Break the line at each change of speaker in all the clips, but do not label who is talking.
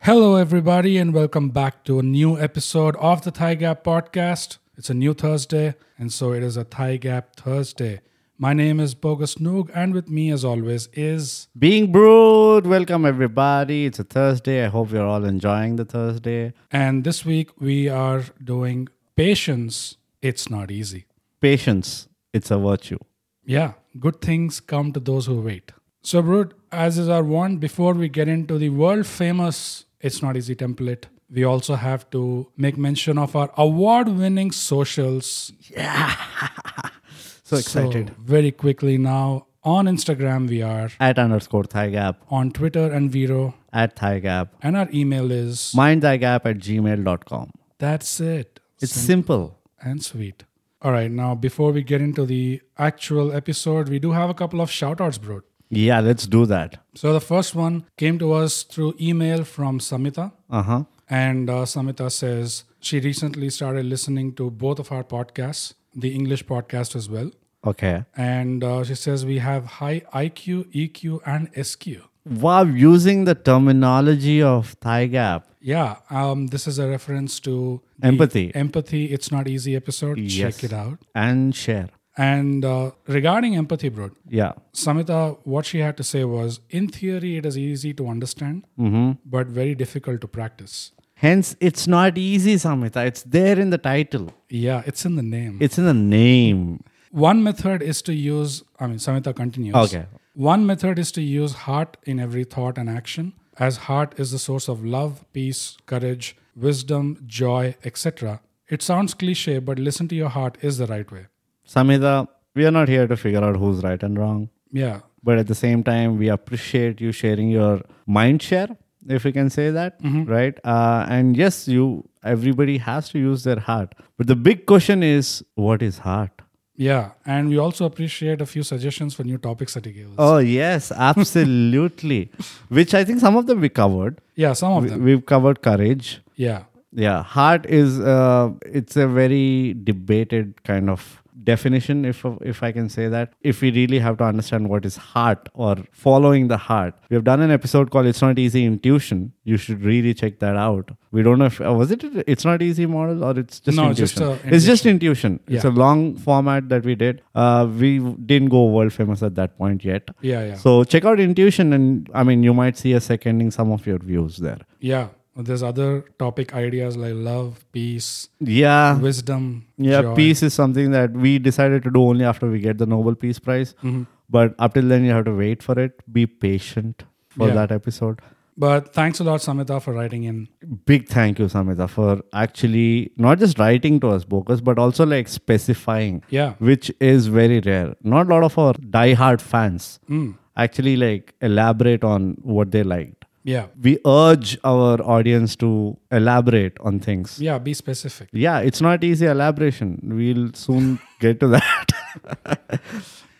Hello, everybody, and welcome back to a new episode of the Thigh Gap Podcast. It's a new Thursday, and so it is a Thigh Gap Thursday. My name is Bogus Noog, and with me, as always, is
Being Brewed, welcome everybody. It's a Thursday. I hope you're all enjoying the Thursday.
and this week we are doing patience. It's not easy.
Patience, it's a virtue.
Yeah, good things come to those who wait. So, Brood, as is our wont, before we get into the world famous It's Not Easy template, we also have to make mention of our award winning socials.
So excited.
So, very quickly now. On Instagram, we are,
At underscore thigh gap,
on Twitter and Vero,
at thigh gap,
and our email is
mind thigh gap at gmail.com.
that's it.
It's simple.
and sweet. All right, now before we get into the actual episode, we do have a couple of shout outs, bro.
Yeah, let's do that.
So the first one came to us through email from Samita.
Uh huh.
And uh, Samita says she recently started listening to both of our podcasts, the English podcast as well.
Okay.
And uh, she says we have high IQ, EQ, and SQ.
Wow, using the terminology of thigh gap.
Yeah, um, this is a reference to the
Empathy.
Empathy, it's not easy episode.
Yes.
Check it out.
And share.
And uh, regarding empathy, bro,
Yeah.
Samita, what she had to say was, in theory, it is easy to understand,
Mm-hmm.
but very difficult to practice.
Hence, it's not easy, Samhita. It's there in the title,
Yeah, it's in the name.
it's in the name.
One method is to use, I mean, Samita continues.
Okay.
One method is to use heart in every thought and action, as heart is the source of love, peace, courage, wisdom, joy, etc. It sounds cliche, but listen to your heart is the right way.
Samhita, we are not here to figure out who's right and wrong.
Yeah.
but at the same time we appreciate you sharing your mind share if we can say that right uh, and yes you everybody has to use their heart but the big question is what is heart
Yeah. And we also appreciate a few suggestions for new topics that he gave us.
oh yes absolutely which i think some of them we covered
yeah, some of them.
we've covered courage
Yeah.
yeah heart is uh, it's a very debated kind of definition if if i can say that if we really have to understand what is heart or following the heart we have done an episode called it's not easy intuition you should really check that out we don't know if uh, was it it's not easy model or it's just
No, it's
intuition.
just, uh,
it's just intuition it's a
Yeah.
long format that we did uh, we didn't go world famous at that point yet
Yeah. Yeah.
so check out intuition and i mean you might see us seconding some of your views there
yeah. There's other topic ideas like love, peace,
yeah
wisdom.
Yeah,
joy.
peace is something that we decided to do only after we get the Nobel Peace Prize.
Mm-hmm.
But up till then, you have to wait for it. Be patient for
Yeah.
that episode.
But thanks a lot, Samita, for writing in.
Big thank you, Samita, for actually not just writing to us, Bokus, but also like specifying,
Yeah.
which is very rare. Not a lot of our diehard fans
Mm.
actually like elaborate on what they liked.
Yeah.
We urge our audience to elaborate on things.
Yeah, be specific.
Yeah, it's not easy elaboration. We'll soon get to that.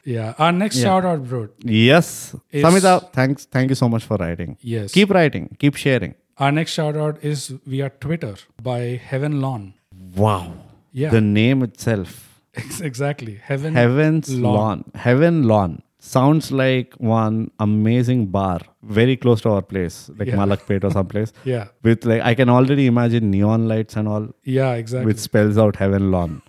Yeah. Our next shout out, bro.
yes.
Is-
Samita, thanks. Thank you so much for writing.
Yes.
Keep writing. Keep sharing.
Our next shout out is via Twitter by Heaven Lawn.
Wow.
Yeah.
The name itself.
Ex- exactly. Heaven.
Heaven's
Hmm. Lawn.
lawn. Heaven lawn. Sounds like one amazing bar very close to our place, like
Yeah.
Malakpet or someplace.
Yeah.
With like I can already imagine neon lights and all,
Yeah, exactly.
which spells out heaven lawn.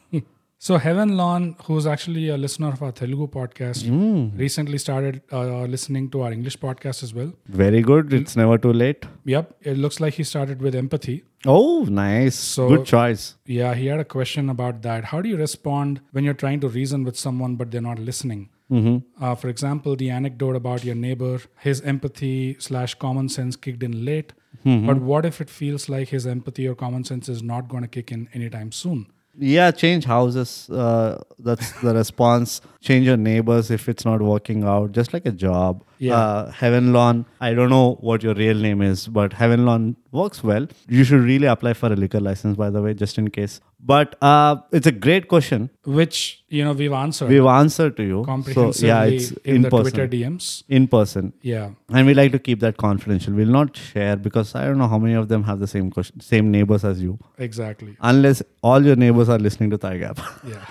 so Heaven Lawn, who's actually a listener of our Telugu podcast,
Hmm.
recently started uh, listening to our English podcast as well.
Very
Hmm.
good. It's never too late.
Yep. It looks like he started with empathy.
Oh, nice.
So-
good choice.
Yeah, he had a question about that. How do you respond when you're trying to reason with someone but they're not listening?
Mm-hmm.
Uh, for example, the anecdote about your neighbor, his empathy slash common sense kicked in late.
Mm-hmm.
But what if it feels like his empathy or common sense is not going to kick in anytime soon?
Yeah, change houses. Uh, that's the response. Change your neighbors if it's not working out, just like a job.
Yeah.
Uh, Heaven Lawn, I don't know what your real name is, but Heaven Lawn works well. You should really apply for a liquor license, by the way, just in case. But uh, it's a great question.
Which, you know, we've answered
We've answered to you. So,
comprehensively
yeah, it's
in,
in,
the
person.
Twitter DMs.
In person.
Yeah.
And we like to keep that confidential. We'll not share because I don't know how many of them have the same question, same neighbors as you.
Exactly.
Unless all your neighbors are listening to Thigh Gap.
Yeah.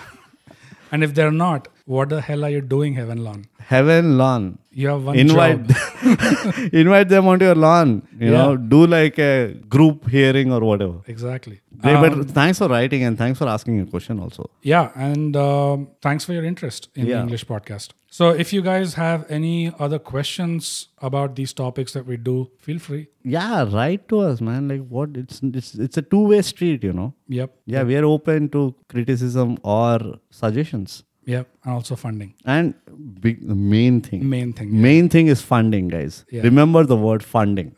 and if they're not, what the hell are you doing, Heaven Lawn?
Heaven lawn.
You have one
Invite,
job.
invite them onto your lawn. You
Yeah.
know, do like a group hearing or whatever.
Exactly.
Hey,
Um,
but thanks for writing and thanks for asking a question also.
Yeah, and um, thanks for your interest in the
Yeah.
English podcast. So, if you guys have any other questions about these topics that we do, feel free.
Yeah, write to us, man. Like what? It's it's it's a two way street, you know.
Yep,
Yeah, we are open to criticism or suggestions.
yep, and also funding.
And big, the main thing,
Main thing.
main thing is funding, guys.
Yeah.
Remember the word funding.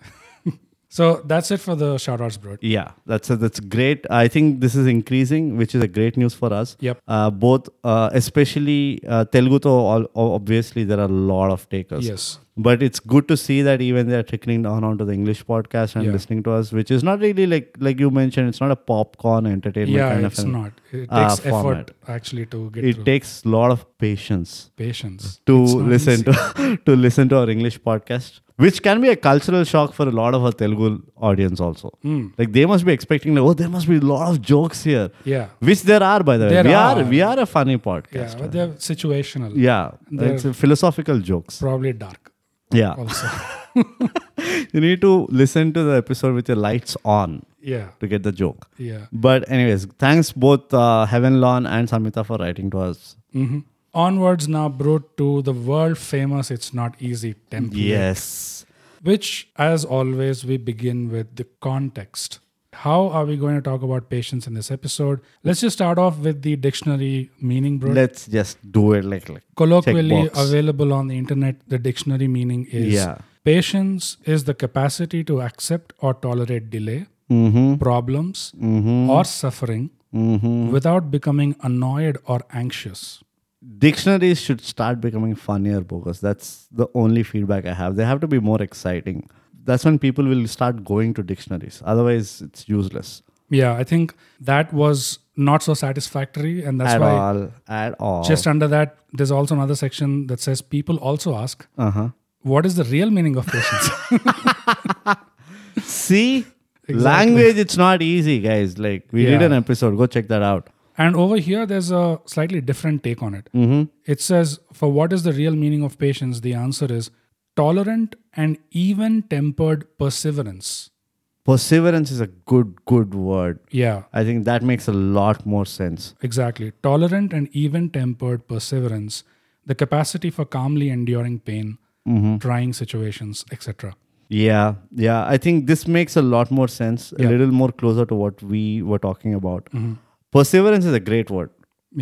So that's it for the shout outs, bro.
Yeah, that's a, that's great. I think this is increasing, which is a great news for us.
Yep.
Uh, both, uh, especially uh, Telugu, though, al- o- obviously there are a lot of takers.
Yes.
But it's good to see that even they are trickling down onto the English podcast and
Yeah.
listening to us, which is not really like like you mentioned, it's not a popcorn entertainment
Yeah,
kind
it's
of. an-
not. It
uh,
takes effort
format.
actually to get
It Mm.
through.
takes a lot of patience
patience
to
It's not
listen
easy.
to to listen to our English podcast, which can be a cultural shock for a lot of our Telugu audience also.
Hmm.
Like they must be expecting, like, oh, there must be a lot of jokes here,
Yeah,
which there are, by the way.
There
we are.
are.
we are a funny
yeah,
podcast.
but they're situational.
Yeah,
They're-
it's a philosophical jokes.
Probably dark
Yeah,
also.
you need to listen to the episode with your lights on
yeah,
to get the joke.
yeah.
But anyways, thanks both uh, Heaven Lawn and Samita for writing to us.
hmm Onwards now, bro, to the world famous It's Not Easy template.
Yes.
which, as always, we begin with the context. How are we going to talk about patience in this episode? Let's just start off with the dictionary meaning, bro.
Let's just do it like, like
Colloquially
checkbox.
available on the internet, the dictionary meaning is
Yeah.
patience is the capacity to accept or tolerate delay, problems, or suffering without becoming annoyed or anxious.
dictionaries should start becoming funnier because that's the only feedback I have. They have to be more exciting. That's when people will start going to dictionaries. Otherwise, it's useless
Yeah, I think that was not so satisfactory, and that's
at
why
all. At all.
just under that there's also another section that says people also ask
uh huh.
what is the real meaning of patience
See, language. It's not easy, guys. Like we did
Yeah.
an episode. Go check that out.
and over here there's a slightly different take on it
Mm-hmm.
it says for what is the real meaning of patience the answer is tolerant and even tempered perseverance
Perseverance is a good, good word.
yeah
I think that makes a lot more sense.
exactly tolerant and even tempered perseverance the capacity for calmly enduring pain
Mm-hmm.
trying situations etc
Yeah, yeah. I think this makes a lot more sense.
Yeah. Mm-hmm.
A little more closer to what we were talking about. Perseverance is a great word.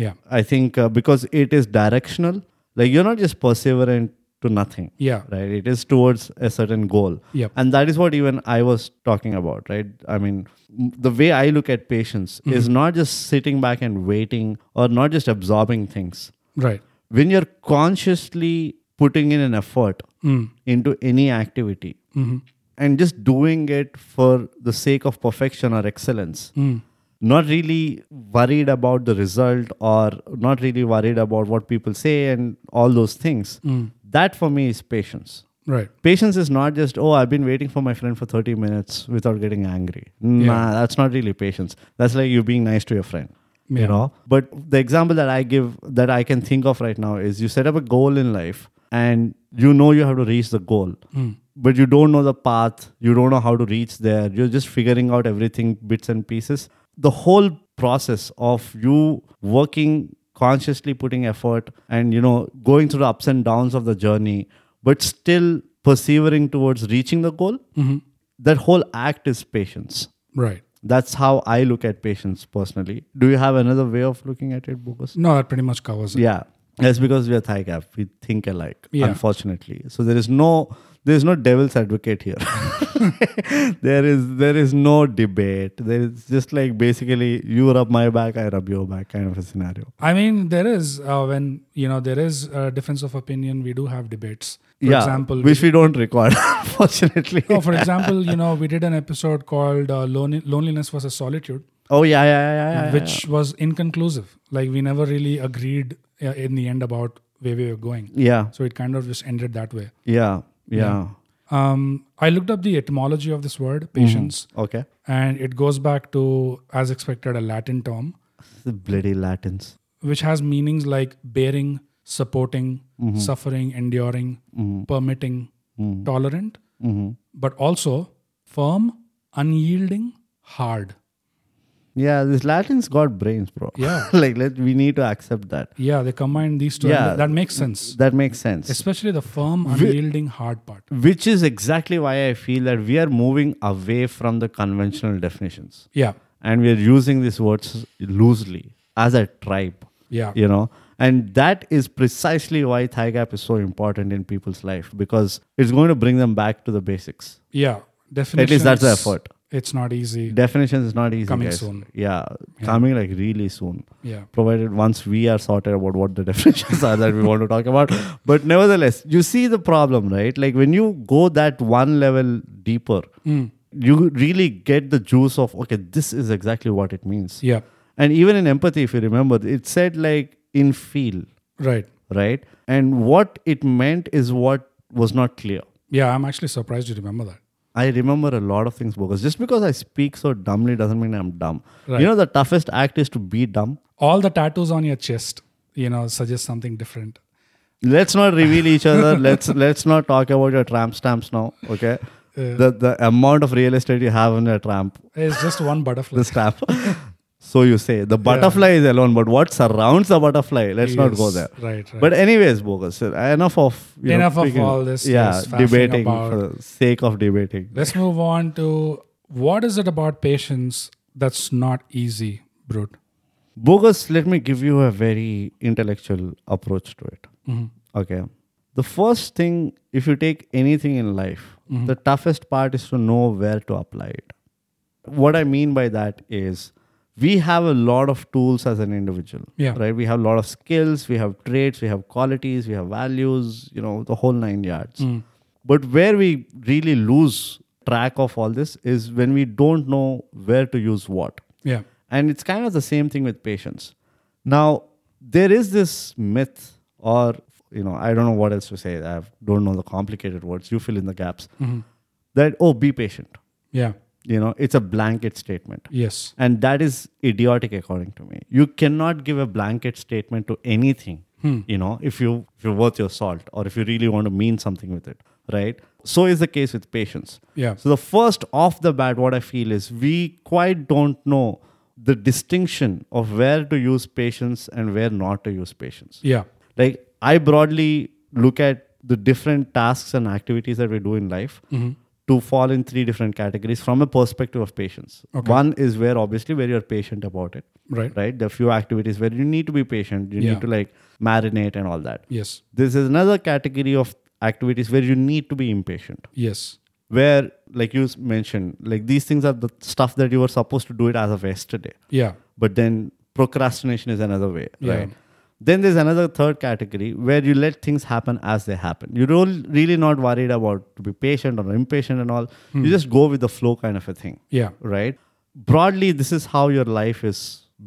yeah
I think uh, because it is directional. Like you're not just perseverant to nothing,
yeah
right? It is towards a certain goal.
Yep.
And that is what even I was talking about, right? I mean, m- the way I look at patience is not just sitting back and waiting or not just absorbing things.
right
When you're consciously putting in an effort into any activity and just doing it for the sake of perfection or excellence, not really worried about the result or not really worried about what people say and all those things, that for me is patience.
right
Patience is not just, oh, I've been waiting for my friend for 30 minutes without getting angry. Nah, that's not really patience. That's like you being nice to your friend.
Yeah.
You know? But the example that I give that I can think of right now is you set up a goal in life and you know you have to reach the goal. But you don't know the path, you don't know how to reach there. You're just figuring out everything bits and pieces. The whole process of you working consciously putting effort and you know going through the ups and downs of the journey but still persevering towards reaching the goal that whole act is patience
right
that's how i look at patience personally do you have another way of looking at it Bogus?
no that pretty much covers it
yeah that's because we are thigh gap we think alike
Yeah.
unfortunately so there is no there is no devil's advocate here there is there is no debate there is just like basically you rub my back i rub your back kind of a scenario
I mean, there is uh, when you know there is a difference of opinion. We do have debates. For
yeah
example,
which we don't record unfortunately
no, for example, you know, we did an episode called uh, Lone- "Loneliness versus Solitude,"
oh yeah yeah yeah, yeah, yeah.
which was inconclusive. Like we never really agreed uh, in the end about where we were going.
yeah
So it kind of just ended that way.
Yeah, yeah.
Um, I looked up the etymology of this word
Mm-hmm.
"patience,"
Okay.
and it goes back to, as expected, a Latin term
The bloody Latins.
which has meanings like bearing, supporting,
Mm-hmm.
suffering, enduring, permitting, tolerant,
Mm-hmm.
but also firm, unyielding, hard.
Yeah, this Latin's got brains, bro.
Yeah.
like let we need to accept that.
Yeah, they combine these two. and
Yeah.
that- that makes sense.
That makes sense.
Especially the firm, unyielding, hard part.
Which is exactly why I feel that we are moving away from the conventional definitions.
Yeah.
And we are using these words loosely as a tribe.
Yeah.
You know? And that is precisely why thigh gap is so important in people's life because it's going to bring them back to the basics.
Yeah. Definition.
At least that's the effort.
It's not easy.
Definitions is not easy.
Coming
guys.
soon.
Yeah, Coming like really soon.
Yeah.
provided once we are sorted about what the definitions are that we want to talk about. But nevertheless, you see the problem, right? Like when you go that one level deeper,
Hmm.
you really get the juice of, okay, this is exactly what it means.
Yeah.
And even in empathy, if you remember, it said like in feel,
Right.
right? And what it meant is what was not clear.
Yeah. I'm actually surprised you remember that.
I remember a lot of things because just because I speak so dumbly doesn't mean I'm dumb.
Right.
You know, the toughest act is to be dumb.
All the tattoos on your chest, you know, suggest something different.
let's not reveal each other let's let's not talk about your tramp stamps now okay the the amount of real estate you have on your tramp
It's just one butterfly.
the stamp so you say the butterfly is alone but what surrounds the butterfly let's not go
Yes,
there
Right. Right.
but anyways bogus uh, enough of you know,
Enough of
speaking-
all this,
yeah
yes, faffing
debating
about.
for the sake of debating
Let's move on to what is it about patience that's not easy, Brute?
bogus let me give you a very intellectual approach to it okay the first thing if you take anything in life the toughest part is to know where to apply it what i mean by that is we have a lot of tools as an individual
Yeah.
right we have a lot of skills we have traits we have qualities we have values you know the whole nine yards but where we really lose track of all this is when we don't know where to use what
Yeah.
and it's kind of the same thing with patients. Now, there is this myth, or, you know, I don't know what else to say. I don't know the complicated words. You fill in the gaps. That, oh, be patient.
Yeah.
You know, it's a blanket statement.
Yes.
And that is idiotic, according to me. You cannot give a blanket statement to anything, you know, if, you, if you're worth your salt or if you really want to mean something with it, right? So is the case with patients.
Yeah.
So the first off the bat, what I feel is we quite don't know the distinction of where to use patience and where not to use patience.
Yeah.
Like I broadly look at the different tasks and activities that we do in life
Mm-hmm.
to fall in three different categories from a perspective of patience. One is where obviously where you're patient about it.
Right.
Right. There are few activities where you need to be patient. You
Yeah.
need to like marinate and all that.
Yes.
This is another category of activities where you need to be impatient
Yes.
where like you s- mentioned like these things are the stuff that you were supposed to do it as of yesterday
Yeah.
but then procrastination is another way
Yeah.
right then there's another third category where you let things happen as they happen you don't really not worried about to be patient or impatient and all you just go with the flow kind of a thing
Yeah.
right broadly this is how your life is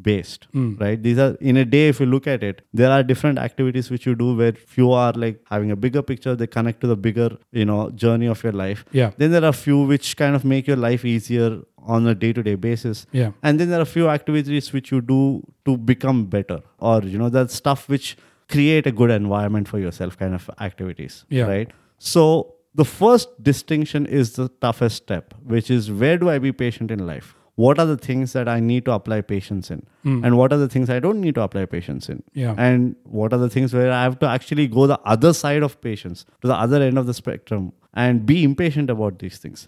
based right these are in a day if you look at it there are different activities which you do where few are like having a bigger picture they connect to the bigger you know journey of your life
Yeah.
then there are few which kind of make your life easier on a day-to-day basis
Yeah.
and then there are few activities which you do to become better or you know that stuff which create a good environment for yourself kind of activities
Yeah.
right so the first distinction is the toughest step which is where do i be patient in life what are the things that i need to apply patience in
Hmm.
and what are the things i don't need to apply patience in
Yeah.
and what are the things where i have to actually go the other side of patience to the other end of the spectrum and be impatient about these things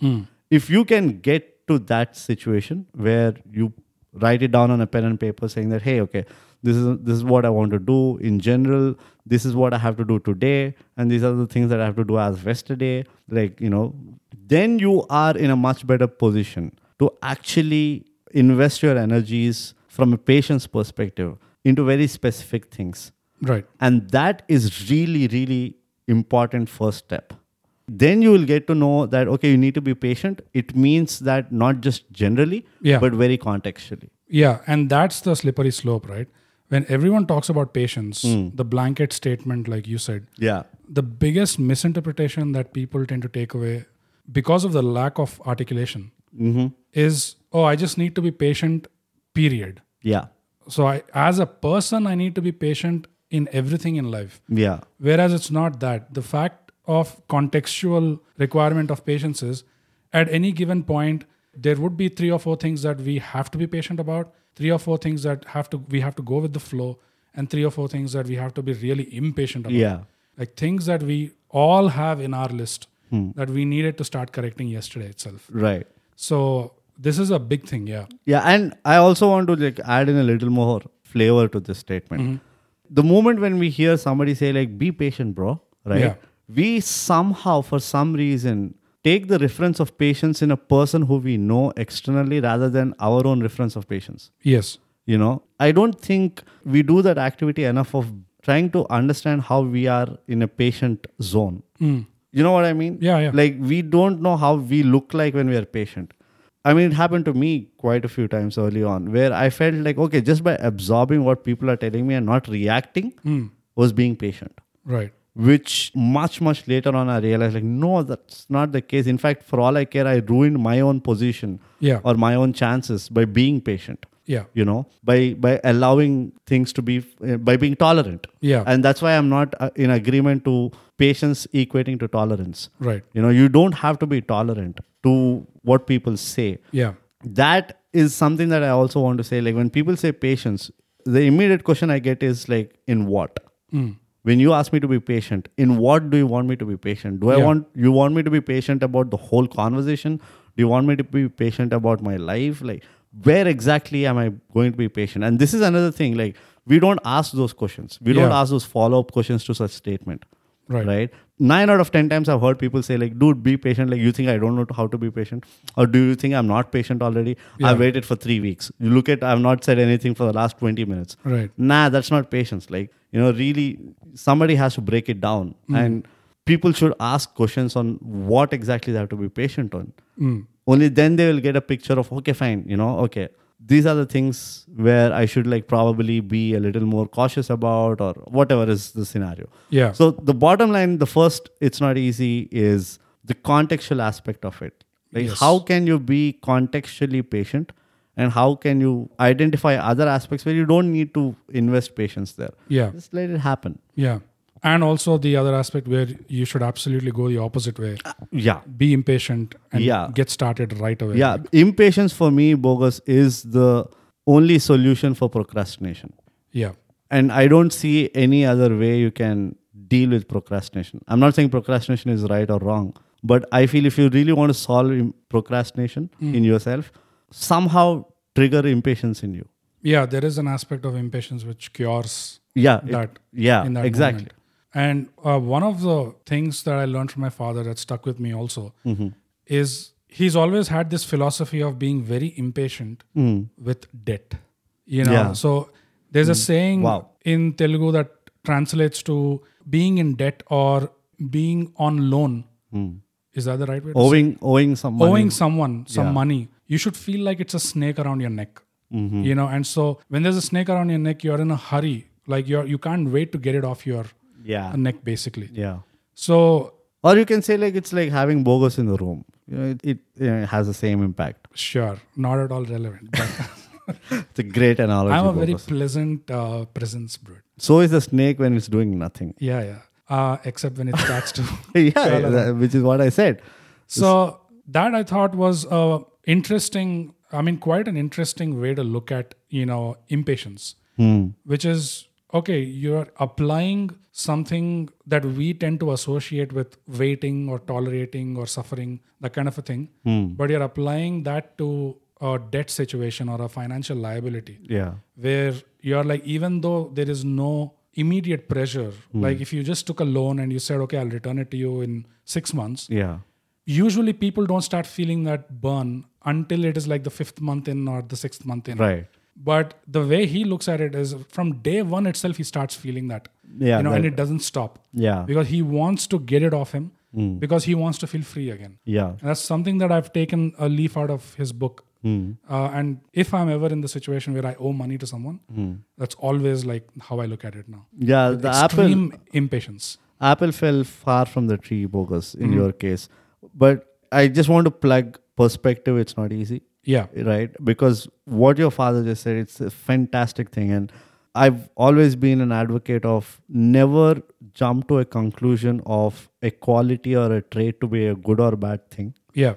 if you can get to that situation where you write it down on a pen and paper saying that hey okay this is this is what i want to do in general this is what i have to do today and these are the things that i have to do as of yesterday like you know then you are in a much better position to actually invest your energies from a patient's perspective into very specific things
Right.
and that is really really important first step then you will get to know that okay you need to be patient it means that not just generally
Yeah.
but very contextually
Yeah. And that's the slippery slope, right? When everyone talks about patience, the blanket statement, like you said,
yeah
the biggest misinterpretation that people tend to take away because of the lack of articulation is oh, I just need to be patient, period.
yeah
So I, as a person, I need to be patient in everything in life.
Yeah.
Whereas it's not that. The fact of contextual requirement of patience is at any given point, there would be three or four things that we have to be patient about, three or four things that have to we have to go with the flow, and three or four things that we have to be really impatient about.
Yeah.
Like things that we all have in our list
Hmm.
that we needed to start correcting yesterday itself.
Right.
So this is a big thing, yeah.
Yeah, and I also want to like add in a little more flavor to this statement. The moment when we hear somebody say like be patient, bro, right?
Yeah.
We somehow for some reason take the reference of patience in a person who we know externally rather than our own reference of patience.
Yes.
You know, I don't think we do that activity enough of trying to understand how we are in a patient zone. You know what I mean?
Hmm. Yeah, yeah.
Like we don't know how we look like when we are patient. I mean, it happened to me quite a few times early on where I felt like, okay, just by absorbing what people are telling me and not reacting
Hmm.
was being patient
Right.
which much much later on i realized like no that's not the case in fact for all i care i ruined my own position
Yeah.
or my own chances by being patient
Yeah.
you know by by allowing things to be uh, by being tolerant
Yeah.
and that's why i'm not uh, in agreement to patience equating to tolerance
Right.
you know you don't have to be tolerant to what people say
Yeah.
that is something that i also want to say like when people say patience the immediate question i get is like in what
Hmm.
when you ask me to be patient in what do you want me to be patient do i
Yeah.
want you want me to be patient about the whole conversation do you want me to be patient about my life like where exactly am i going to be patient and this is another thing like we don't ask those questions we don't
Yeah.
ask those follow up questions to such statement
Right.
right 9 out of 10 times i've heard people say like dude be patient like you think i don't know how to be patient or do you think i'm not patient already i've waited for 3 weeks you look at i've not said anything for the last 20 minutes
Right.
nah that's not patience like you know really somebody has to break it down and people should ask questions on what exactly they have to be patient on only then they will get a picture of okay fine you know okay these are the things where i should like probably be a little more cautious about or whatever is the scenario
Yeah.
so the bottom line the first it's not easy is the contextual aspect of it like
Yes.
how can you be contextually patient and how can you identify other aspects where you don't need to invest patience there
Yeah.
just let it happen
Yeah. And also the other aspect where you should absolutely go the opposite way.
yeah
Be impatient and
Uh, Yeah.
get started right away.
yeah impatience for me bogus is the only solution for procrastination
Yeah.
and i don't see any other way you can deal with procrastination i'm not saying procrastination is right or wrong but i feel if you really want to solve im- procrastination
Hmm.
in yourself somehow trigger impatience in you
Yeah. There is an aspect of impatience which cures
yeah it-
That-
yeah
in that
exactly
moment. And uh, one of the things that I learned from my father that stuck with me also
Mm-hmm.
is he's always had this philosophy of being very impatient with debt. You know,
Mm. Yeah. Mm.
so there's a saying
Wow.
in Telugu that translates to being in debt or being on loan.
Mm.
Is that the right way? to say
owing owing some money
owing someone some money, you should feel like it's a snake around your neck.
Mm-hmm.
You know, and so when there's a snake around your neck, you're in a hurry. Like you're you can't wait to get it off your
yeah
neck, basically.
yeah
So
or you can say like it's like having bogus in the room you know it, it, you know, it has the same impact
sure, not at all relevant. But
it's a great analogy
I'm a very
bogus.
pleasant uh, presence, Brute.
so is the snake when it's doing nothing
Yeah, yeah. Uh, except when it starts to.
yeah that- which is what i said
so that I thought was uh, interesting. I mean, quite an interesting way to look at you know impatience.
Hmm.
which is okay you're applying something that we tend to associate with waiting or tolerating or suffering that kind of a thing but you're applying that to a debt situation or a financial liability
yeah
where you're like even though there is no immediate pressure like if you just took a loan and you said okay i'll return it to you in 6 months
yeah
usually people don't start feeling that burn until it is like the 5th month in or the 6th month in
right
but the way he looks at it is from day one itself, he starts feeling that.
Yeah,
You know, and
that-
it doesn't stop.
Yeah. Hmm.
Because he wants to get it off him because he wants to feel free again.
Yeah.
And that's something that I've taken a leaf out of his book.
Hmm.
Uh, and if I'm ever in the situation where I owe money to someone, that's always like how I look at it now.
Yeah. Hmm. The Apple
Extreme impatience.
Apple fell far from the tree bogus in
Mm-hmm.
your case. But I just want to plug perspective, it's not easy.
Yeah.
Right? Because what your father just said, it's a fantastic thing. And I've always been an advocate of never jump to a conclusion of a quality or a trait to be a good or bad thing
Yeah.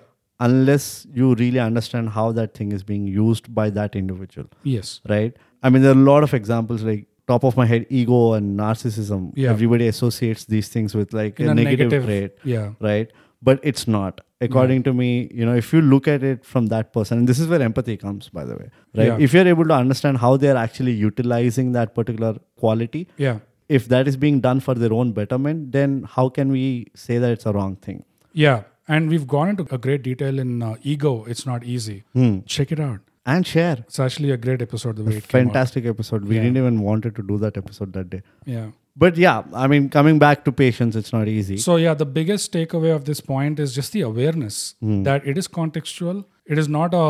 unless you really understand how that thing is being used by that individual
Yes.
right? I mean, there are a lot of examples like top of my head, ego and narcissism.
Yeah.
Everybody associates these things with like a, negative, trait,
Yeah.
right? But it's not. According to me, you know, if you look at it from that person, and this is where empathy comes, by the way, right?
Yeah.
If you're able to understand how they are actually utilizing that particular quality,
Yeah.
if that is being done for their own betterment, then how can we say that it's a wrong thing?
Yeah. And we've gone into a great detail in uh, ego. It's not easy.
Hmm.
Check it out.
And share.
It's actually a great episode. The way it came out.
Fantastic episode. We didn't even wanted to do that episode that day.
Yeah.
But yeah, I mean, coming back to patience, it's not easy.
So yeah, the biggest takeaway of this point is just the awareness
Hmm.
that it is contextual. It is not a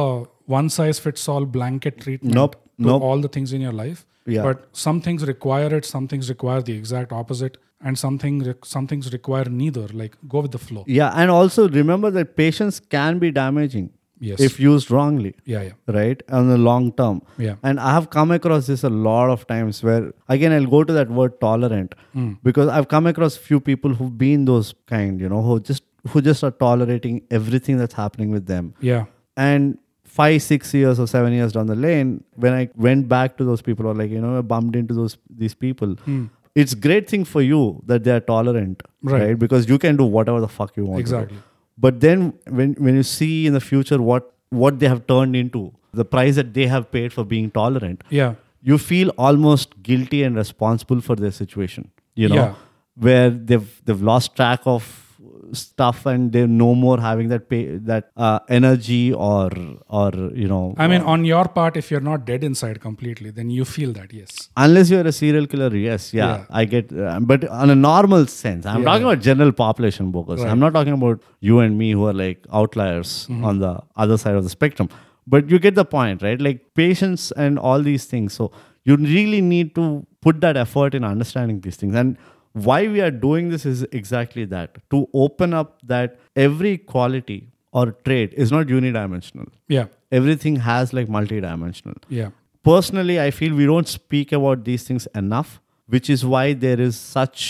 one size fits all blanket treatment
Nope,
to
nope.
all the things in your life.
Yeah.
But some things require it, some things require the exact opposite, and some things some things require neither. Like go with the flow.
yeah, and also remember that patience can be damaging
Yes.
if used wrongly,
yeah, yeah.
right? On the long term.
Yeah.
And I have come across this a lot of times where again I'll go to that word tolerant
Hmm.
because I've come across few people who've been those kind, you know, who just who just are tolerating everything that's happening with them.
Yeah.
And five, six years or seven years down the lane, when I went back to those people or like, you know, I bumped into those these people. It's great thing for you that they are tolerant,
Right.
right? Because you can do whatever the fuck you want. to do.
Exactly.
But then when when you see in the future what what they have turned into, the price that they have paid for being tolerant,
Yeah.
you feel almost guilty and responsible for their situation. You know,
Yeah.
where they've they've lost track of stuff and they're no more having that pay, that uh, energy or or you know
I mean, on your part, if you're not dead inside completely, then you feel that, yes.
unless you're a serial killer yes yeah,
Yeah.
i get uh, but on a normal sense i'm talking about general population bogus i'm not talking about you and me who are like outliers on the other side of the spectrum but you get the point right like patience and all these things so you really need to put that effort in understanding these things and why we are doing this is exactly that to open up that every quality or trait is not unidimensional
Yeah.
everything has like multidimensional
Yeah.
personally i feel we don't speak about these things enough which is why there is such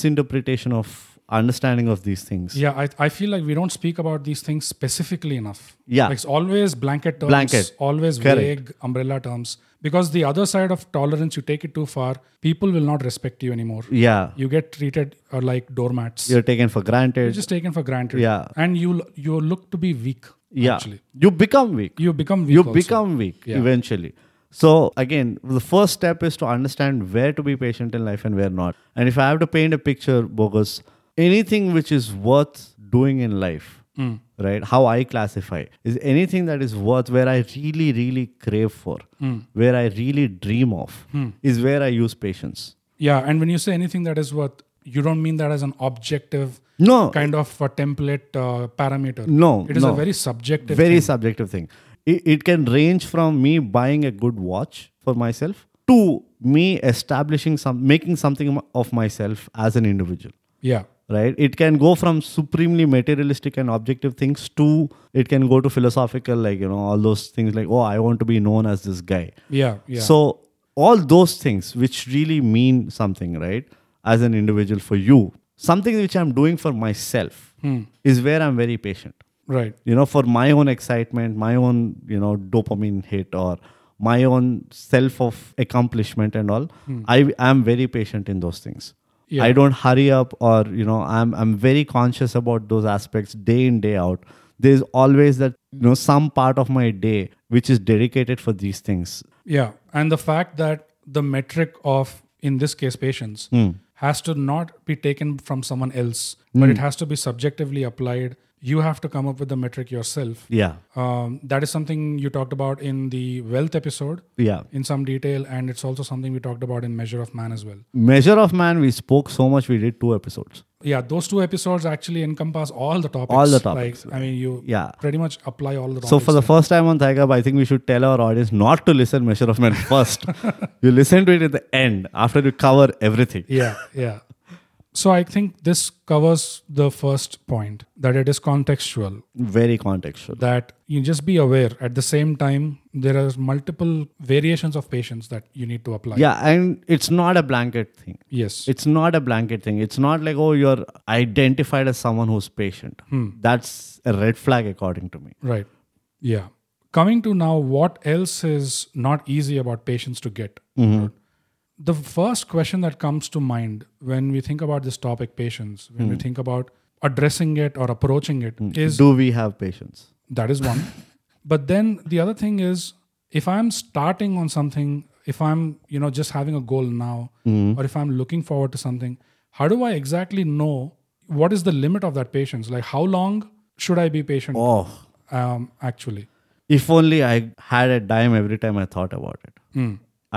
misinterpretation of understanding of these things
Yeah. I, I feel like we don't speak about these things specifically enough.
Yeah.
Like it's always blanket terms,
Blanket.
always
Correct.
vague umbrella terms. Because the other side of tolerance, you take it too far, people will not respect you anymore.
yeah
You get treated uh, like doormats.
you're taken for
You're
granted
just taken for granted.
Yeah.
And you you look to be weak.
yeah
Actually.
you become weak
You become weak.
you
also.
become weak
Yeah.
eventually so again the first step is to understand where to be patient in life and where not and if i have to paint a picture bogus anything which is worth doing in life
Hmm.
right how i classify is anything that is worth where i really really crave for
Hmm.
where i really dream of is where i use patience
Yeah. And when you say anything that is worth, you don't mean that as an objective
no
kind of a template uh, parameter.
No,
it is a
no.
very subjective.
very
thing.
subjective thing it, it can range from me buying a good watch for myself to me establishing some making something of myself as an individual
yeah,
right it can go from supremely materialistic and objective things to it can go to philosophical like you know all those things like oh i want to be known as this guy
yeah, yeah,
so all those things which really mean something, right? As an individual for you, something which I'm doing for myself
Hmm.
is where I'm very patient.
right,
You know, for my own excitement, my own, you know, dopamine hit or my own self of accomplishment and all, I am very patient in those things.
Yeah.
I don't hurry up or, you know, I'm I'm very conscious about those aspects day in, day out. There's always that, you know, some part of my day which is dedicated for these things.
yeah. And the fact that the metric of, in this case, patience
Hmm.
has to not be taken from someone else, but it has to be subjectively applied. You have to come up with the metric yourself.
Yeah.
Um, that is something you talked about in the wealth episode
Yeah.
in some detail, and it's also something we talked about in Measure of Man as well.
Measure of Man, we spoke so much, we did two episodes.
Yeah, those two episodes actually encompass all the topics.
All the topics,
Like, I mean, you
Yeah.
pretty much apply all the topics.
So, for the first time on Thaigab, I think we should tell our audience not to listen Measure of Man first. you listen to it at the end after you cover everything.
yeah, yeah. So I think this covers the first point that it is contextual,
Very contextual.
that you just be aware. At the same time, there are multiple variations of patients that you need to apply.
Yeah, and it's not a blanket thing.
Yes.
It's not a blanket thing. It's not like, oh, you're identified as someone who's patient. That's a red flag, according to me.
right. Yeah. Coming to now, what else is not easy about patients to get? The first question that comes to mind when we think about this topic, patients, when we think about addressing it or approaching it, is
Do we have patience?
That is one. but then the other thing is if I'm starting on something, if I'm, you know, just having a goal now,
Mm-hmm.
or if I'm looking forward to something, how do I exactly know what is the limit of that patience? Like how long should I be patient
Oh,
um, actually?
if only I had a dime every time I thought about it,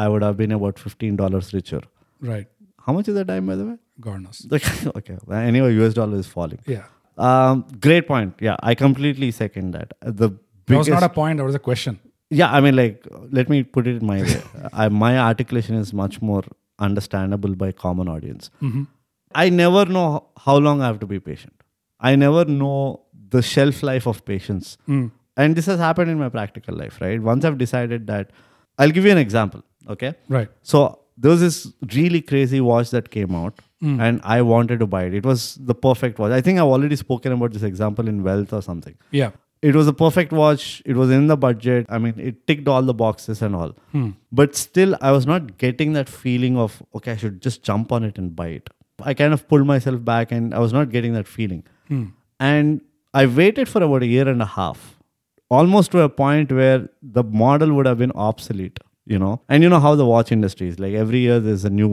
I would have been about $15 richer.
Right.
How much is a dime, by the way?
God knows.
Like, okay. Anyway, US dollar is falling.
Yeah.
Um, great point. Yeah, I completely second that. The
That
biggest
was not a point, that was a question.
yeah i mean like let me put it in my way I, my articulation is much more understandable by common audience
Mm-hmm.
i never know h- how long i have to be patient i never know the shelf life of patience
Mm.
and this has happened in my practical life right once i've decided that i'll give you an example okay
Right.
so there was this really crazy watch that came out, and I wanted to buy it. It was the perfect watch. I think I've already spoken about this example in Wealth or something.
Yeah.
It was a perfect watch. It was in the budget. I mean, it ticked all the boxes and all. But still, I was not getting that feeling of, okay, I should just jump on it and buy it. I kind of pulled myself back and I was not getting that feeling. And I waited for about a year and a half, almost to a point where the model would have been obsolete, you know. And you know how the watch industry is like every year there's a new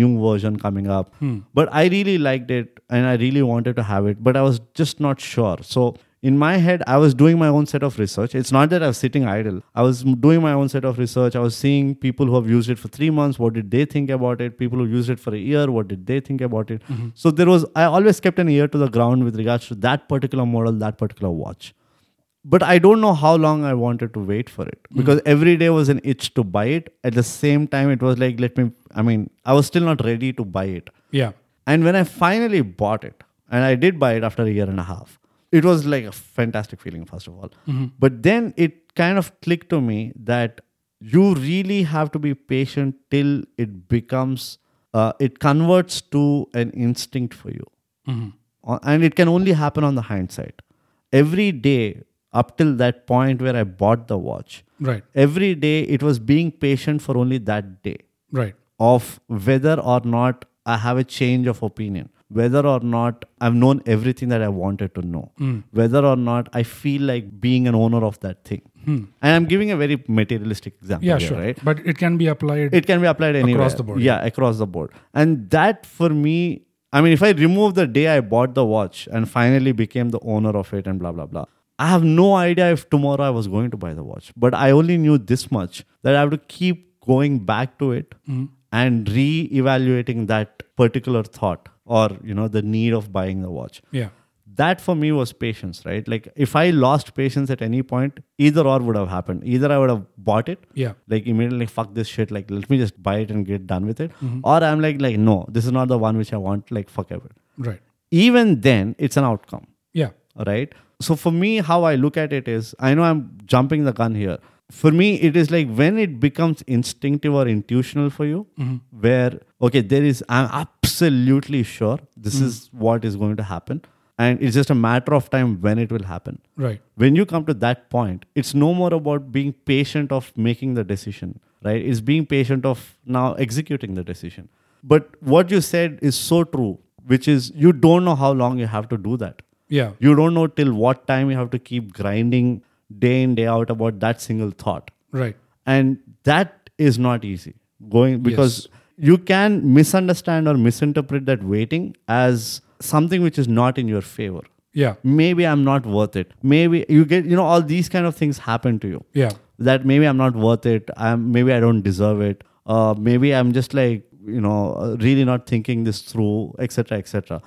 new version coming up. But I really liked it and I really wanted to have it, but I was just not sure. So in my head i was doing my own set of research it's not that i was sitting idle i was m- doing my own set of research i was seeing people who have used it for 3 months what did they think about it people who used it for a year what did they think about it so there was i always kept an ear to the ground with regards to that particular model that particular watch but i don't know how long i wanted to wait for it because every day was an itch to buy it at the same time it was like let me i mean i was still not ready to buy it
Yeah.
and when I finally bought it, and I did buy it after a year and a half, it was like a fantastic feeling, first of all. But then it kind of clicked to me that you really have to be patient till it becomes, uh, it converts to an instinct for you. Uh, And it can only happen on the hindsight. Every day up till that point where I bought the watch,
Right.
every day it was being patient for only that day
Right.
of whether or not I have a change of opinion, whether or not I've known everything that I wanted to know,
Hmm.
whether or not I feel like being an owner of that thing. And I'm giving a very materialistic example,
Hmm. Yeah,
here,
sure.
right?
But it can be applied.
It can be applied anywhere.
the board,
Yeah, across the board. And that for me, I mean, if I remove the day I bought the watch and finally became the owner of it and blah, blah, blah, I have no idea if tomorrow I was going to buy the watch. But I only knew this much that I have to keep going back to it
Mm-hmm.
and re evaluating that particular thought or, you know, the need of buying the watch
yeah.
that for me was patience right like if i lost patience at any point either or would have happened either i would have bought it
Yeah.
like immediately fuck this shit like let me just buy it and get done with it or i'm like like no this is not the one which i want like fuck ever
Right.
even then it's an outcome
Yeah.
right so for me how i look at it is i know i'm jumping the gun here for me it is like when it becomes instinctive or intuitional for you where okay there is i'm absolutely sure this is what is going to happen and it's just a matter of time when it will happen
Right.
when you come to that point it's no more about being patient of making the decision right it's being patient of now executing the decision but what you said is so true which is you don't know how long you have to do that
Yeah.
you don't know till what time you have to keep grinding day in day out about that single thought
Right.
and that is not easy going because you can misunderstand or misinterpret that waiting as something which is not in your favor
Yeah.
maybe i'm not worth it maybe you get you know all these kind of things happen to you
Yeah.
that maybe i'm not worth it i'm maybe i don't deserve it uh, maybe i'm just like you know uh, really not thinking this through etc etc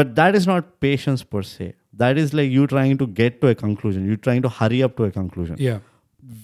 but that is not patience per se that is like you trying to get to a conclusion you trying to hurry up to a conclusion
Yeah.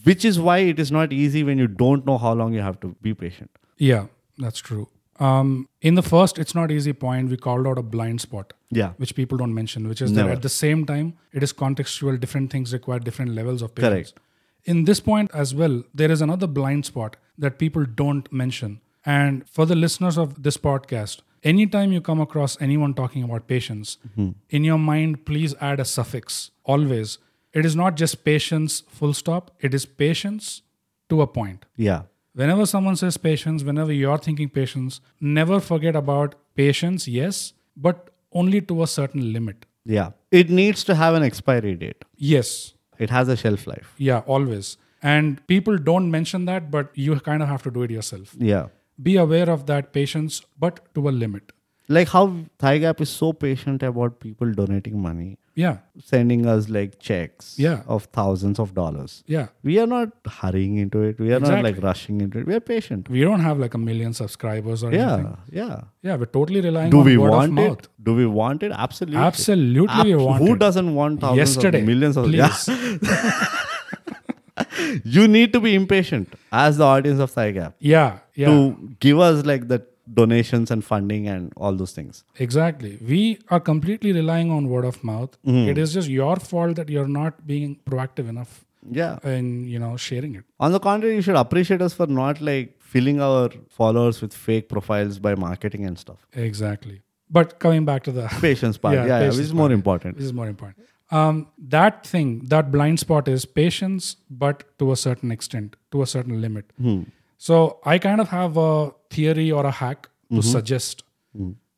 which is why it is not easy when you don't know how long you have to be patient
Yeah, that's true. Um, in the first, it's not easy point, we called out a blind spot,
Yeah.
which people don't mention, which is that
Never.
at the same time, it is contextual. Different things require different levels of
Correct.
patience. In this point as well, there is another blind spot that people don't mention. And for the listeners of this podcast, anytime you come across anyone talking about patience,
Mm-hmm.
in your mind, please add a suffix always. It is not just patience, full stop, it is patience to a point
Yeah.
whenever someone says patience, whenever you're thinking patience, never forget about patience, yes, but only to a certain limit.
Yeah. It needs to have an expiry date.
Yes,
It has a shelf life.
yeah, always. And people don't mention that, but you kind of have to do it yourself.
Yeah.
Be aware of that patience, but to a limit.
Like how Thigh Gap is so patient about people donating money,
Yeah,
sending us like checks
Yeah.
of thousands of dollars.
yeah.
We are not hurrying into it. We are not
Exactly.
like rushing into it. We are patient.
We don't have like a million subscribers or anything.
Yeah. Yeah.
Yeah, we're totally relying
Do
on
we
word of
want
mouth.
it? Do we want it? Absolutely.
Absolutely, we
Ab-
want
Who
it.
doesn't want thousands
Yesterday,
of millions of yeah.
please. Yeah.
You need to be impatient as the audience of Thigh Gap
yeah,
to give us like the donations and funding and all those things.
Exactly. We are completely relying on word of mouth. It is just your fault that you're not being proactive enough
Yeah.
in, you know, sharing it.
On the contrary, you should appreciate us for not like filling our followers with fake profiles by marketing and stuff.
Exactly. But coming back to the
Patience part,
Yeah,
yeah, yeah,
patience
which is more important.
this is more important. Um, that thing, that blind spot is patience, but to a certain extent, to a certain limit. So I kind of have a theory or a hack to suggest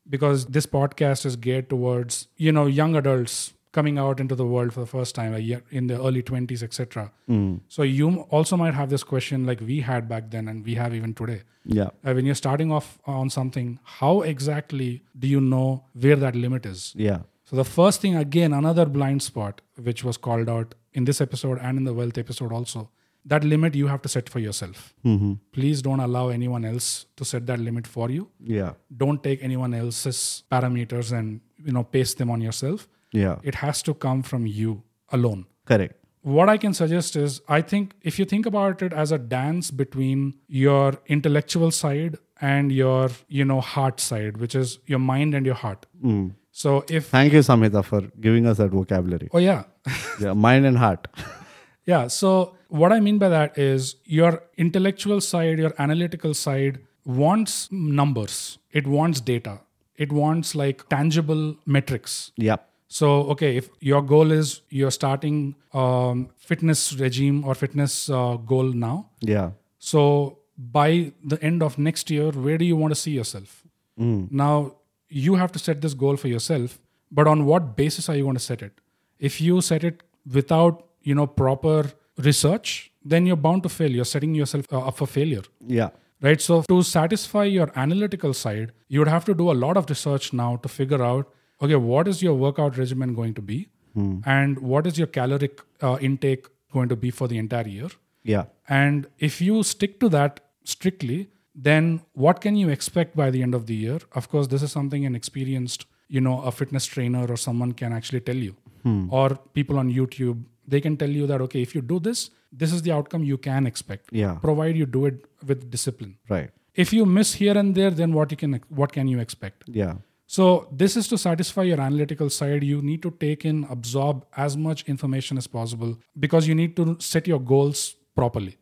because this podcast is geared towards you know young adults coming out into the world for the first time like, yeah, in the early 20s etc so you m- also might have this question like we had back then and we have even today
Yeah,
Uh, when you're starting off on something how exactly do you know where that limit is
yeah,
so the first thing again, another blind spot which was called out in this episode and in the wealth episode also. That limit you have to set for yourself.
Mm-hmm.
Please don't allow anyone else to set that limit for you.
yeah,
Don't take anyone else's parameters and you know paste them on yourself.
yeah.
It has to come from you alone.
Correct.
What I can suggest is I think if you think about it as a dance between your intellectual side and your you know heart side, which is your mind and your heart. So if
Thank you, Samhita, for giving us that vocabulary.
oh yeah,
yeah, mind and heart.
Yeah. So, what I mean by that is your intellectual side, your analytical side wants numbers, it wants data, it wants like tangible metrics.
yeah,
So, okay, if your goal is you're starting um, fitness regime or fitness uh, goal now,
yeah,
so by the end of next year, where do you want to see yourself? Now you have to set this goal for yourself, but on what basis are you going to set it? If you set it without you know proper research, then you're bound to fail. You're setting yourself uh, up for failure,
yeah,
right? So to satisfy your analytical side, you would have to do a lot of research now to figure out okay, what is your workout regimen going to be, and what is your caloric uh, intake going to be for the entire year.
yeah,
And if you stick to that strictly, then what can you expect by the end of the year? Of course, this is something an experienced, you know, a fitness trainer or someone can actually tell you, or people on YouTube, they can tell you that, okay, if you do this, this is the outcome you can expect.
Yeah.
Provide you do it with discipline.
right.
If you miss here and there, then what you can what can you expect?
Yeah,
So this is to satisfy your analytical side. You need to take in, absorb as much information as possible because you need to set your goals properly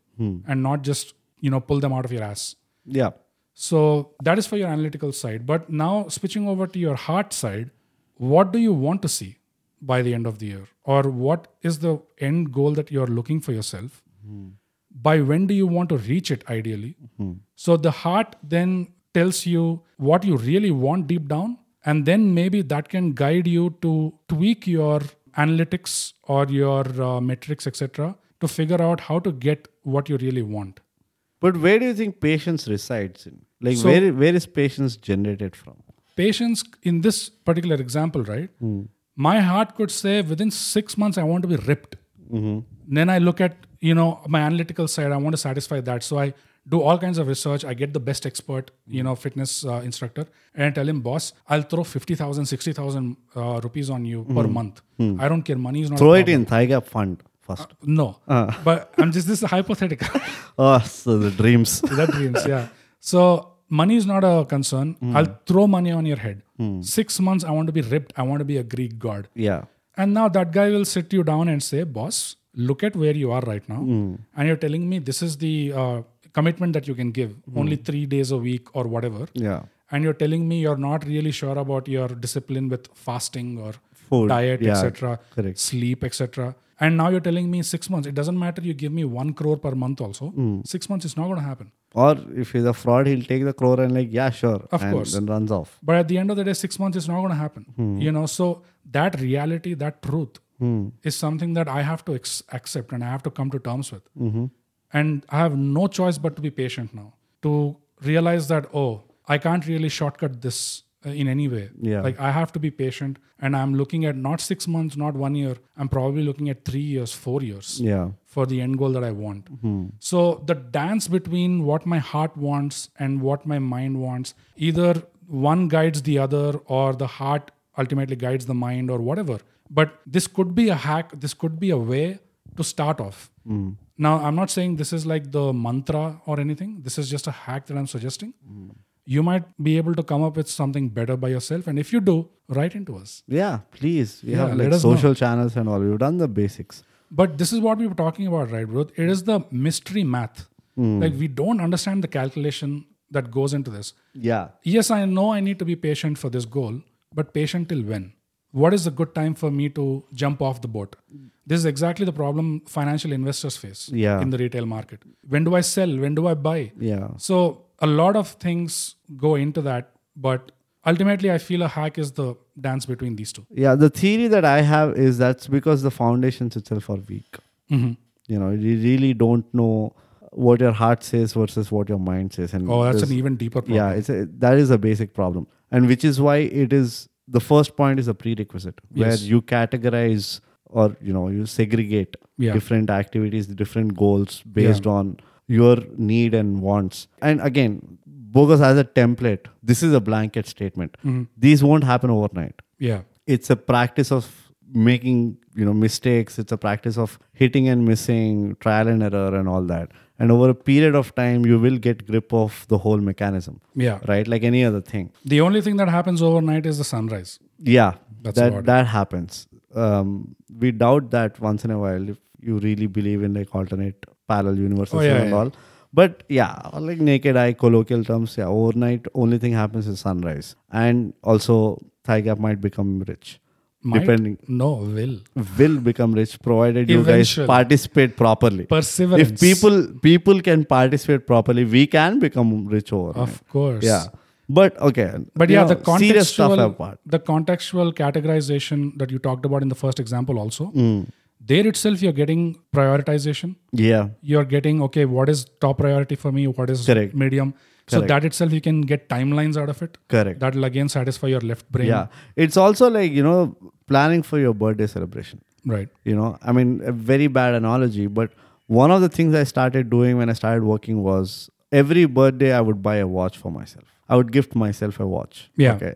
and not just you know pull them out of your ass.
yeah,
So that is for your analytical side. But now switching over to your heart side, what do you want to see by the end of the year, or what is the end goal that you are looking for yourself? by when do you want to reach it ideally so the heart then tells you what you really want deep down and then maybe that can guide you to tweak your analytics or your uh, metrics etc to figure out how to get what you really want
But where do you think patience resides in? Like,
So-
where where is patience generated from?
patience in this particular example right
Hmm.
my heart could say within 6 months i want to be ripped
Mm-hmm.
then i look at you know my analytical side i want to satisfy that so i do all kinds of research i get the best expert you know fitness uh, instructor and i tell him boss i'll throw 50000 60000 uh, rupees on you per month i don't care money is not a
Hmm. Throw it Ah.
problem.
in Thigh Gap fund first.
no but i'm just this is hypothetical
Oh, so Uh, the dreams.
that dreams yeah so money is not a concern.
Hmm.
I'll throw money on your head. Six months, I want to be ripped. I want to be a Greek god.
Yeah.
And now that guy will sit you down and say, boss, look at where you are right now.
Hmm.
And you're telling me this is the uh, commitment that you can give only three days a week or whatever.
Hmm. Yeah.
And you're telling me you're not really sure about your discipline with fasting or
Food,
diet,
yeah,
etc.,
correct.
sleep, etc. And now you're telling me six months. It doesn't matter. You give me one crore per month also.
Hmm.
Six months is not going to happen.
Or if he's a fraud, he'll take the crore and like, yeah, sure.
Of
and
course.
Then runs off.
But at the end of the day, six months is not going to happen. You know, so that reality, that truth is something that I have to ex- accept and I have to come to terms with. And I have no choice but to be patient now to realize that, oh, I can't really shortcut this uh, in any way.
Yeah.
Like I have to be patient and I'm looking at not six months, not one year. I'm probably looking at three years, four years
Yeah.
for the end goal that I want. So the dance between what my heart wants and what my mind wants, either one guides the other or the heart ultimately guides the mind or whatever. But this could be a hack, this could be a way to start off. Now, I'm not saying this is like the mantra or anything. This is just a hack that I'm suggesting. You might be able to come up with something better by yourself. And if you do, write into us.
Yeah. Please. We
Yeah,
have
let
like
us know.
social channels and all. We've done the basics.
But this is what we were talking about, right, Ruth? It is the mystery math. Like we don't understand the calculation that goes into this.
Yeah.
Yes, I know I need to be patient for this goal, but patient till when? What is a good time for me to jump off the boat? This is exactly the problem financial investors face
Yeah.
in the retail market. When do I sell? When do I buy?
Yeah.
So a lot of things go into that, but ultimately I feel a hack is the dance between these two.
Yeah. The theory that I have is that's because the foundations itself are weak.
Mhm.
You know, you really don't know what your heart says versus what your mind says. And
Oh, that's
there's-
an even deeper problem.
yeah it's a, that is a basic problem and which is why it is the first point is a prerequisite where
Yes.
you categorize or you know you segregate
Yeah.
different activities different goals based on your need and wants and again bogus as a template this is a blanket statement
Mm-hmm.
these won't happen overnight
Yeah.
it's a practice of making you know mistakes it's a practice of hitting and missing trial and error and all that and over a period of time you will get grip of the whole mechanism
Yeah.
right like any other thing
The only thing that happens overnight is the sunrise.
yeah
That's about
that
it.
that happens um, we doubt that once in a while if you really believe in like alternate parallel universes
Oh, yeah,
and
yeah.
all but yeah or like naked eye colloquial terms yeah overnight only thing happens is sunrise and also thigh gap might become rich
Might?
depending
No, will.
will become rich provided you
Eventually.
guys participate properly.
Perseverance.
If people people can participate properly, we can become rich over.
Of course.
Yeah. But okay.
But
you
yeah,
know,
the
serious stuff
contextual
apart.
the contextual categorization that you talked about in the first example also.
Mm.
There itself you're getting prioritization.
Yeah.
You're getting okay, what is top priority for me? What is
Correct.
medium? So
Correct.
that itself you can get timelines out of it.
Correct.
That'll again satisfy your left brain.
Yeah. It's also like, you know, planning for your birthday celebration.
Right.
You know, I mean, a very bad analogy, but one of the things I started doing when I started working was every birthday I would buy a watch for myself. I would gift myself a watch.
Yeah.
Okay.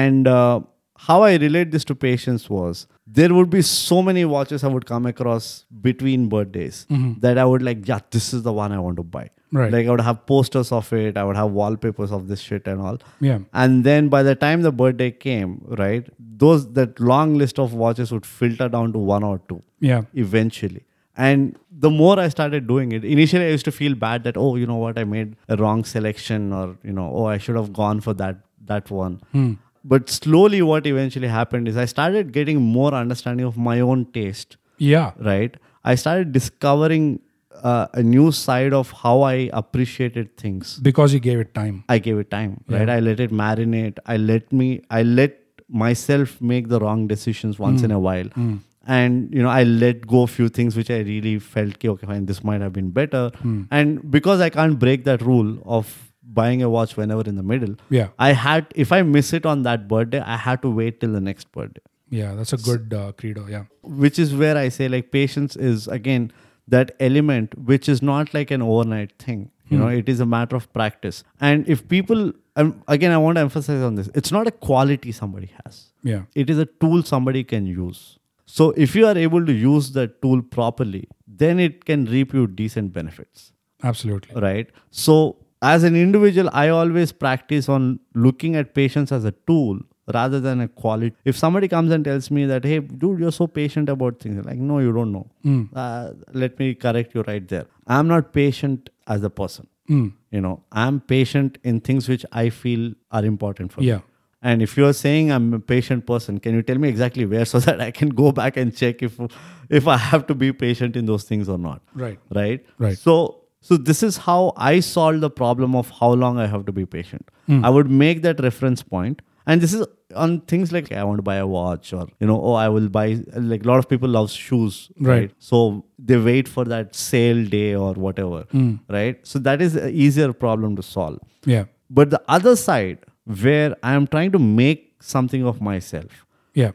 And uh, how I relate this to patients was there would be so many watches I would come across between birthdays that I would like, yeah, this is the one I want to buy.
Mm-hmm. Right.
Like I would have posters of it, I would have wallpapers of this shit and all.
Yeah.
And then by the time the birthday came, right, those that long list of watches would filter down to one or two
Yeah.
eventually. And the more I started doing it, initially I used to feel bad that oh, you know what, I made a wrong selection, or you know, oh, I should have gone for that that one. But slowly, what eventually happened is I started getting more understanding of my own taste
Yeah.
right i started discovering uh, a new side of how i appreciated things
Because you gave it time.
i gave it time right i let it marinate i let me i let myself make the wrong decisions once in a while and you know i let go a few things which i really felt "Ki, okay fine this might have been better and because i can't break that rule of buying a watch whenever in the middle
Yeah.
i had if i miss it on that birthday i had to wait till the next birthday
Yeah. That's a good uh, credo. Yeah.
which is where I say like patience is again that element which is not like an overnight thing. You know, it is a matter of practice. And if people, um, again, I want to emphasize on this: it's not a quality somebody has;
Yeah.
it is a tool somebody can use. So if you are able to use that tool properly, then it can reap you decent benefits
Absolutely.
right so as an individual, I always practice on looking at patience as a tool rather than a quality. If somebody comes and tells me that, hey, dude, you're so patient about things, I'm like, no, you don't know. Uh, let me correct you right there. I'm not patient as a person. You know, I'm patient in things which I feel are important for me.
Yeah.
And if you're saying I'm a patient person, can you tell me exactly where so that I can go back and check if if I have to be patient in those things or not?
Right.
right
Right.
so so this is how i solved the problem of how long i have to be patient
Hmm.
i would make that reference point and this is on things like i want to buy a watch or you know oh i will buy like a lot of people love shoes
Right.
so they wait for that sale day or whatever
Hmm.
right so that is an easier problem to solve
Yeah.
but the other side where i am trying to make something of myself
Yeah.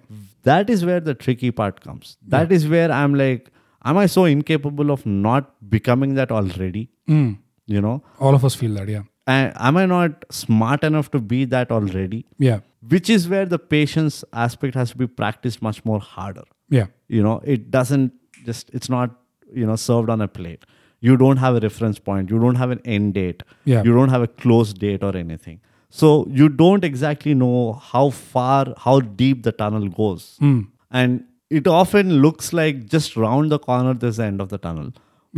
that is where the tricky part comes That is where i'm like am i so incapable of not becoming that already
Mm.
you know
All of us feel that. Yeah.
and am i not smart enough to be that already
Yeah.
which is where the patience aspect has to be practiced much more harder
Yeah.
you know it doesn't just it's not you know served on a plate you don't have a reference point you don't have an end date
Yeah.
you don't have a close date or anything so you don't exactly know how far how deep the tunnel goes
Hmm.
and it often looks like just round the corner there's the end of the tunnel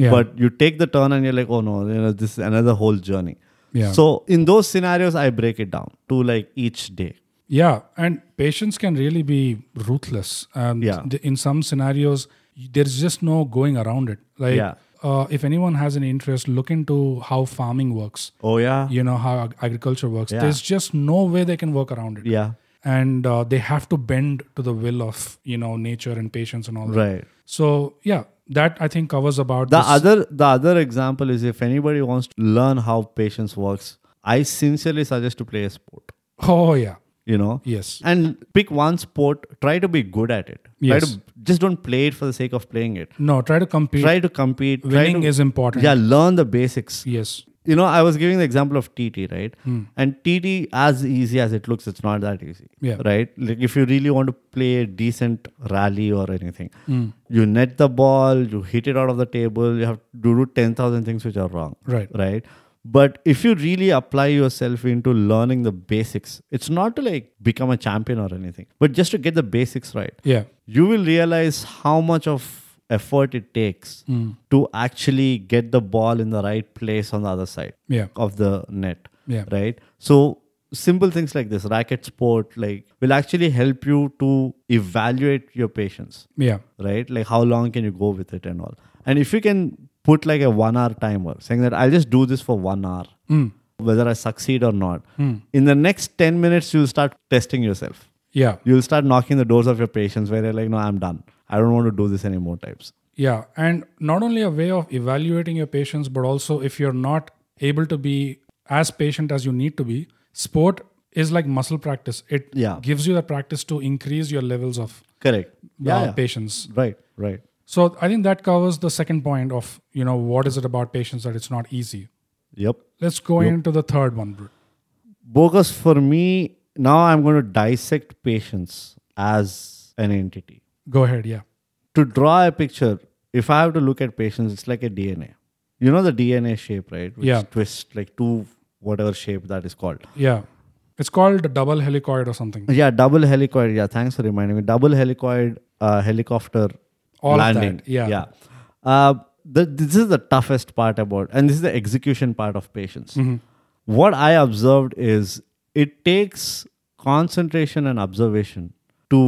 Yeah.
but you take the turn and you're like oh no you know this is another whole journey
Yeah.
so in those scenarios i break it down to like each day
Yeah, and patients can really be ruthless. And
Yeah.
th- in some scenarios, y- there's just no going around it. Like,
Yeah.
uh, if anyone has an interest, look into how farming works.
oh yeah
You know how ag- agriculture works.
Yeah.
There's just no way they can work around it.
yeah
And uh, they have to bend to the will of you know nature and patience and all that.
right
So yeah, that I think covers about
the
this.
other the other example is if anybody wants to learn how patience works i sincerely suggest to play a sport
oh yeah,
you know
yes,
and pick one sport try to be good at it try
Yes.
to just don't play it for the sake of playing it
no, try to compete.
try to compete try
Winning
to,
is important.
yeah learn the basics
Yes.
you know i was giving the example of tt right
Hmm.
and tt as easy as it looks it's not that easy
Yeah.
right like if you really want to play a decent rally or anything
Hmm.
you net the ball you hit it out of the table you have to do 10000 things which are wrong
Right.
right but if you really apply yourself into learning the basics it's not to like become a champion or anything but just to get the basics right
Yeah.
you will realize how much of effort it takes to actually get the ball in the right place on the other side
Yeah.
of the net
Yeah.
right so simple things like this racket sport like will actually help you to evaluate your patience
Yeah.
right like how long can you go with it and all and if you can put like a one hour timer saying that i'll just do this for one hour whether i succeed or not in the next 10 minutes you'll start testing yourself
Yeah.
you'll start knocking the doors of your patients where you're like, no, I'm done. I don't want to do this anymore types.
Yeah, and not only a way of evaluating your patients, but also if you're not able to be as patient as you need to be, sport is like muscle practice. It
Yeah.
gives you the practice to increase your levels of
Correct.
uh,
Yeah. yeah.
patience.
Right. Right.
So I think that covers the second point of you know what is it about patients that it's not easy.
Yep.
Let's go into the third one, Brut.
Bogus for me, now I'm going to dissect patients as an entity.
Go ahead. Yeah.
To draw a picture, if I have to look at patients, it's like a DNA. You know the DNA shape, right? Which
Yeah.
Twist like two, whatever shape that is called.
Yeah. It's called a double helicoid or something.
Yeah, double helicoid. Yeah, thanks for reminding me. Double helicoid uh, helicopter
All of that,
landing.
yeah.
yeah. Uh, the, this is the toughest part about, and this is the execution part of patience.
Mm-hmm.
What I observed is it takes concentration and observation to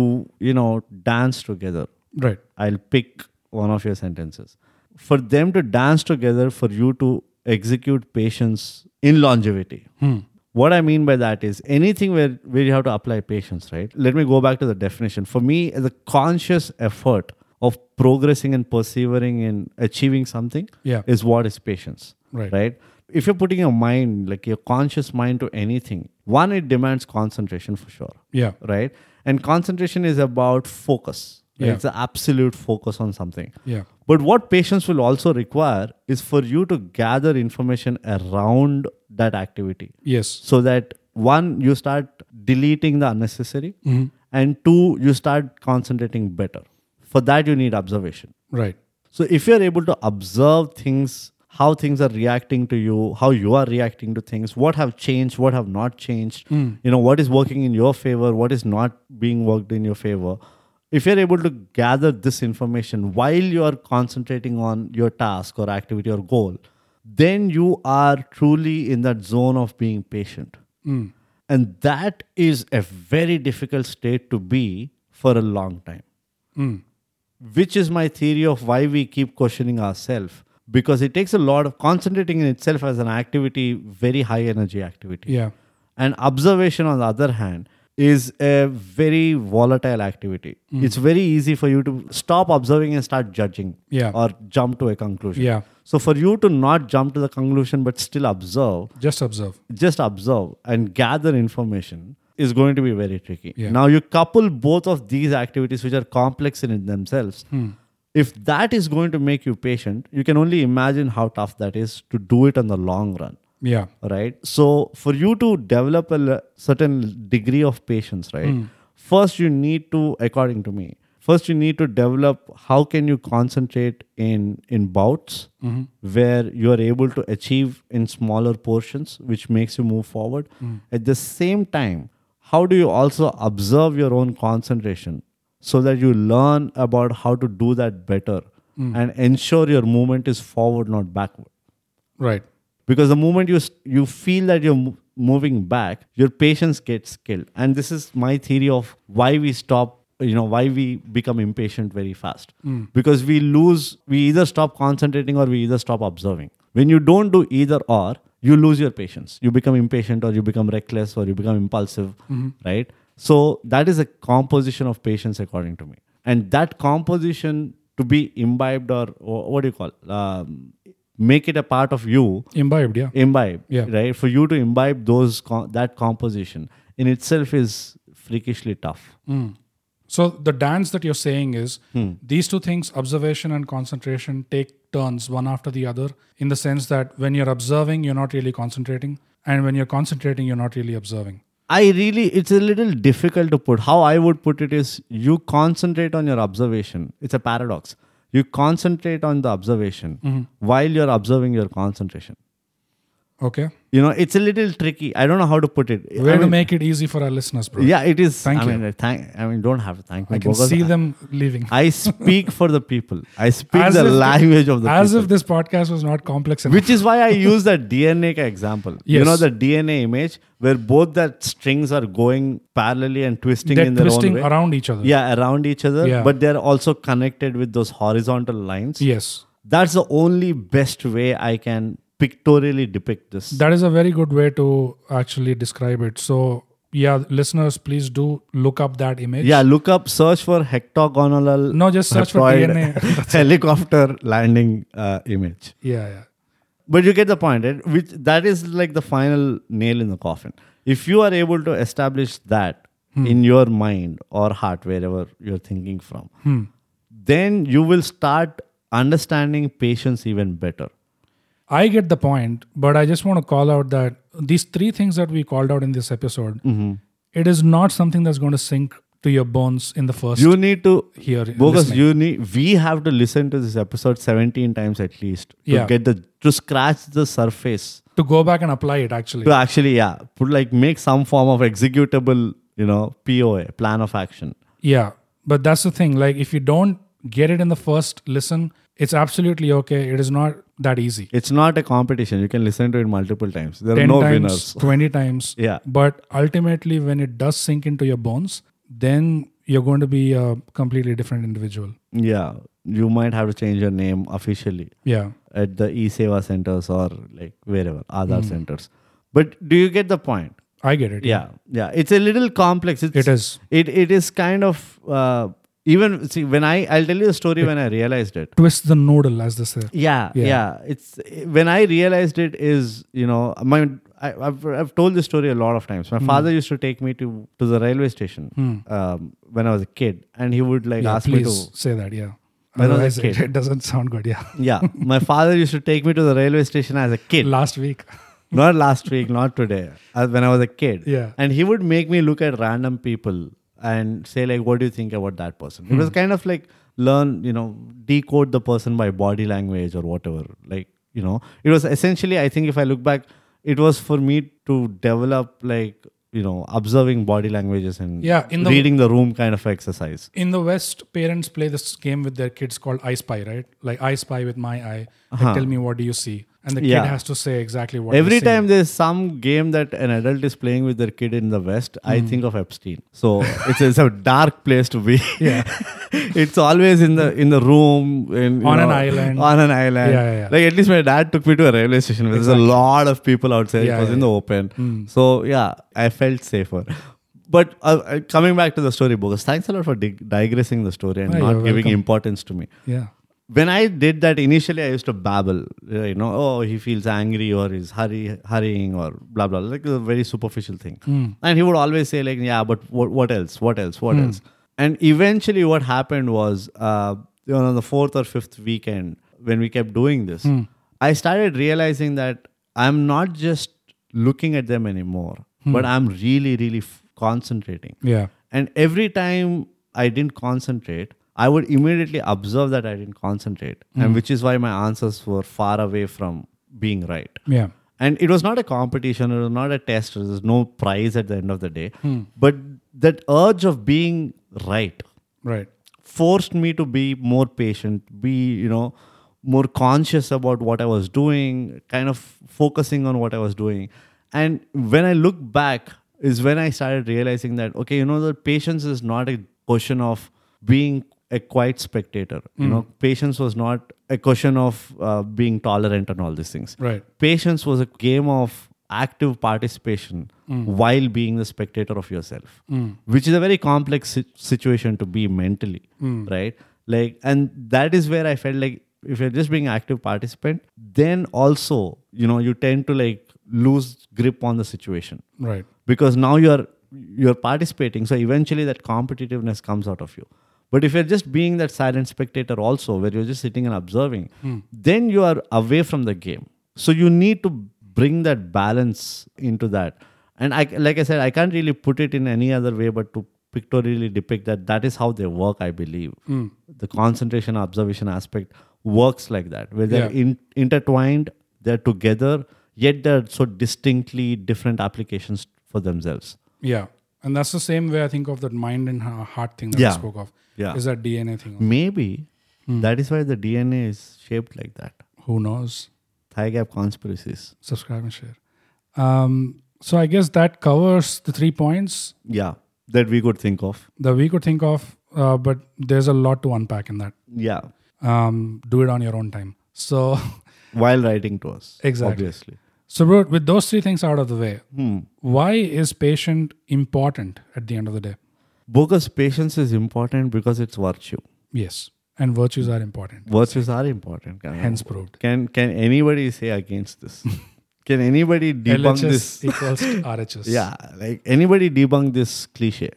you know dance together.
Right.
I'll pick one of your sentences. For them to dance together, for you to execute patience in longevity.
Hmm.
What I mean by that is anything where, where you have to apply patience, right? Let me go back to the definition. For me, the conscious effort of progressing and persevering in achieving something
Yeah.
is what is patience
Right.
if you're putting your mind like your conscious mind to anything one it demands concentration for sure
Yeah.
right and concentration is about focus right?
Yeah.
it's an absolute focus on something
Yeah.
but what patience will also require is for you to gather information around that activity
Yes.
so that one you start deleting the unnecessary and two you start concentrating better for that you need observation
Right.
so if you're able to observe things how things are reacting to you, how you are reacting to things, what have changed, what have not changed, you know, what is working in your favor, what is not being worked in your favor. If you're able to gather this information while you are concentrating on your task or activity or goal, then you are truly in that zone of being patient. And that is a very difficult state to be for a long time which is my theory of why we keep questioning ourselves because it takes a lot of concentrating in itself as an activity very high energy activity
Yeah.
and observation on the other hand is a very volatile activity
Mm.
it's very easy for you to stop observing and start judging
Yeah.
or jump to a conclusion
Yeah.
so for you to not jump to the conclusion but still observe
Just observe.
just observe and gather information is going to be very tricky.
Yeah.
Now you couple both of these activities which are complex in themselves. If that is going to make you patient, you can only imagine how tough that is to do it on the long run
Yeah.
right so for you to develop a le- certain degree of patience right first you need to according to me first you need to develop how can you concentrate in in bouts where you are able to achieve in smaller portions which makes you move forward at the same time how do you also observe your own concentration so that you learn about how to do that better and ensure your movement is forward not backward
Right.
because the moment you you feel that you're mo- moving back your patience gets killed and this is my theory of why we stop you know why we become impatient very fast because we lose we either stop concentrating or we either stop observing when you don't do either or you lose your patience you become impatient or you become reckless or you become impulsive right so that is a composition of patience according to me and that composition to be imbibed or, or what do you call um, make it a part of you
Imbibed. Yeah.
imbibe
Yeah.
right for you to imbibe those co- that composition in itself is freakishly tough
So the dance that you're saying is these two things, observation and concentration, take turns one after the other in the sense that when you're observing, you're not really concentrating. And when you're concentrating, you're not really observing.
i really it's a little difficult to put how i would put it is you concentrate on your observation it's a paradox you concentrate on the observation
Mm-hmm.
while you're observing your concentration
Okay.
you know it's a little tricky i don't know how to put it I
Way to
mean,
make it easy for our listeners, bro.
yeah it is
Thank
i
you.
mean thank i mean don't have to thank me
I can
because
see
I-
them leaving.
I speak for the people. I speak
As
the
if-
language of the
As
people.
if this podcast was not complex enough.
Which is why I use the DNA ka example. You
Yes.
know the DNA image where both the strings are going parallelly and twisting
They're
in their
twisting
own way.
around each other.
Yeah, around each other,
Yeah.
but they're also connected with those horizontal lines.
Yes.
That's the only best way I can pictorially depict this.
That is a very good way to actually describe it. So, yeah, listeners, please do look up that image.
yeah, look up, search for hectagonal.
No, just search for
heptoid
DNA.
helicopter landing uh, image.
Yeah, yeah.
But you get the point, right? Which that is like the final nail in the coffin. If you are able to establish that
Hmm.
in your mind or heart, wherever you're thinking from,
Hmm.
then you will start understanding patience even better.
I get the point, but I just want to call out that these three things that we called out in this episode,
Mm-hmm.
it is not something that's going to sink to your bones in the first
You need to
here.
because
listening.
you need we have to listen to this episode 17 times at least to
Yeah.
get the to scratch the surface
to go back and apply it actually.
to actually yeah put like make some form of executable you know POA plan of action
Yeah. But that's the thing. Like if you don't get it in the first listen, it's absolutely okay. It is not that easy.
It's not a competition. You can listen to it multiple times. There are
10
no
times,
winners.
20 times.
Yeah.
But ultimately, when it does sink into your bones, then you're going to be a completely different individual.
Yeah. You might have to change your name officially
Yeah.
at the e-seva centers or like wherever, Aadhaar
Hmm.
centers. But do you get the point?
I get it.
Yeah. Yeah. It's a little complex. It's,
It is.
It, it is kind of, uh, even, see, when I, I'll tell you a story when I realized it.
Twist the noodle, as they say.
Yeah, yeah,
Yeah.
It's when I realized it is you know my I, I've I've told this story a lot of times.
Hmm.
My father used to take me to to the railway station um, when I was a kid, and he would like
Yeah,
ask me
please
to.
say that. Yeah.
When I was a
Otherwise, it,
kid.
it doesn't sound good. Yeah.
Yeah, my father used to take me to the railway station as a kid.
Last week.
not last week, not today. As when I was a kid.
Yeah.
And he would make me look at random people and say like, "What do you think about that person?" It
Hmm.
was kind of like learn, you know, decode the person by body language or whatever. Like you know it was essentially i think if i look back it was for me to develop like you know observing body languages and
Yeah, in the-
reading the room kind of exercise
In the West, parents play this game with their kids called I Spy, right? Like I Spy with my eye. Like, tell me what do you see, and the
Uh-huh. Yeah.
kid has to say exactly what.
Every
he's seeing.
time there's some game that an adult is playing with their kid in the West, I
Hmm.
think of Epstein. So it's, it's a dark place to be.
Yeah.
it's always in the in the room in, you
On an
know,
island.
On an island.
Yeah, yeah, yeah.
Like at least my dad took me to a railway station where there's a lot of people outside.
Yeah,
it was
yeah, Hmm.
in the open. So yeah, I felt safer. But uh, uh, coming back to the story, Bogus, thanks a lot for dig- digressing the story and
Yeah,
not
Oh, you're
giving
welcome.
importance to me
yeah,
when I did that initially, I used to babble, you know, oh, he feels angry or he's hurry, hurrying or blah, blah, like a very superficial thing. And he would always say, like, yeah, but what, what else? What else? What else? And eventually, what happened was, uh, you know, on the fourth or fifth weekend, when we kept doing this, I started realizing that I'm not just looking at them anymore, but I'm really, really f- concentrating.
yeah,
And every time I didn't concentrate, I would immediately observe that I didn't concentrate, and which is why my answers were far away from being right.
yeah.
And it was not a competition, it was not a test, there was no prize at the end of the day. But that urge of being right
Right.
forced me to be more patient, be, you know, more conscious about what I was doing, kind of focusing on what I was doing. And when I look back, is when I started realizing that, okay, you know, the patience is not a question of being a quiet spectator. You know, patience was not a question of uh, being tolerant and all these things
Right.
patience was a game of active participation while being the spectator of yourself which is a very complex si- situation to be mentally right like and that is where i felt like if you're just being active participant then also you know you tend to like lose grip on the situation
Right.
because now you're you're participating so eventually that competitiveness comes out of you but if you're just being that silent spectator also where you're just sitting and observing then you are away from the game so you need to bring that balance into that and i like i said i can't really put it in any other way but to pictorially depict that that is how they work i believe the concentration observation aspect works like that where they're
Yeah.
in, intertwined they're together yet they're so distinctly different applications for themselves
Yeah. And that's the same way I think of that mind and ha- heart thing that I
Yeah.
spoke of.
Yeah.
Is that DNA thing?
maybe
Hmm.
that is why the dna is shaped like that
Who knows?
thigh gap conspiracies
Subscribe and share. Um, so I guess that covers the three points
yeah that we could think of
that we could think of, uh, but there's a lot to unpack in that.
yeah
Um, do it on your own time. So,
while writing to us
Exactly.
obviously
so bro, with those three things out of the way,
Hmm.
why is patient important at the end of the day?
bogus patience is important because it's virtue
Yes, and virtues are important.
virtues are important
Hence proved.
can can anybody say against this can anybody debunk this
LHS equals to RHS.
Yeah, like anybody debunk this cliche.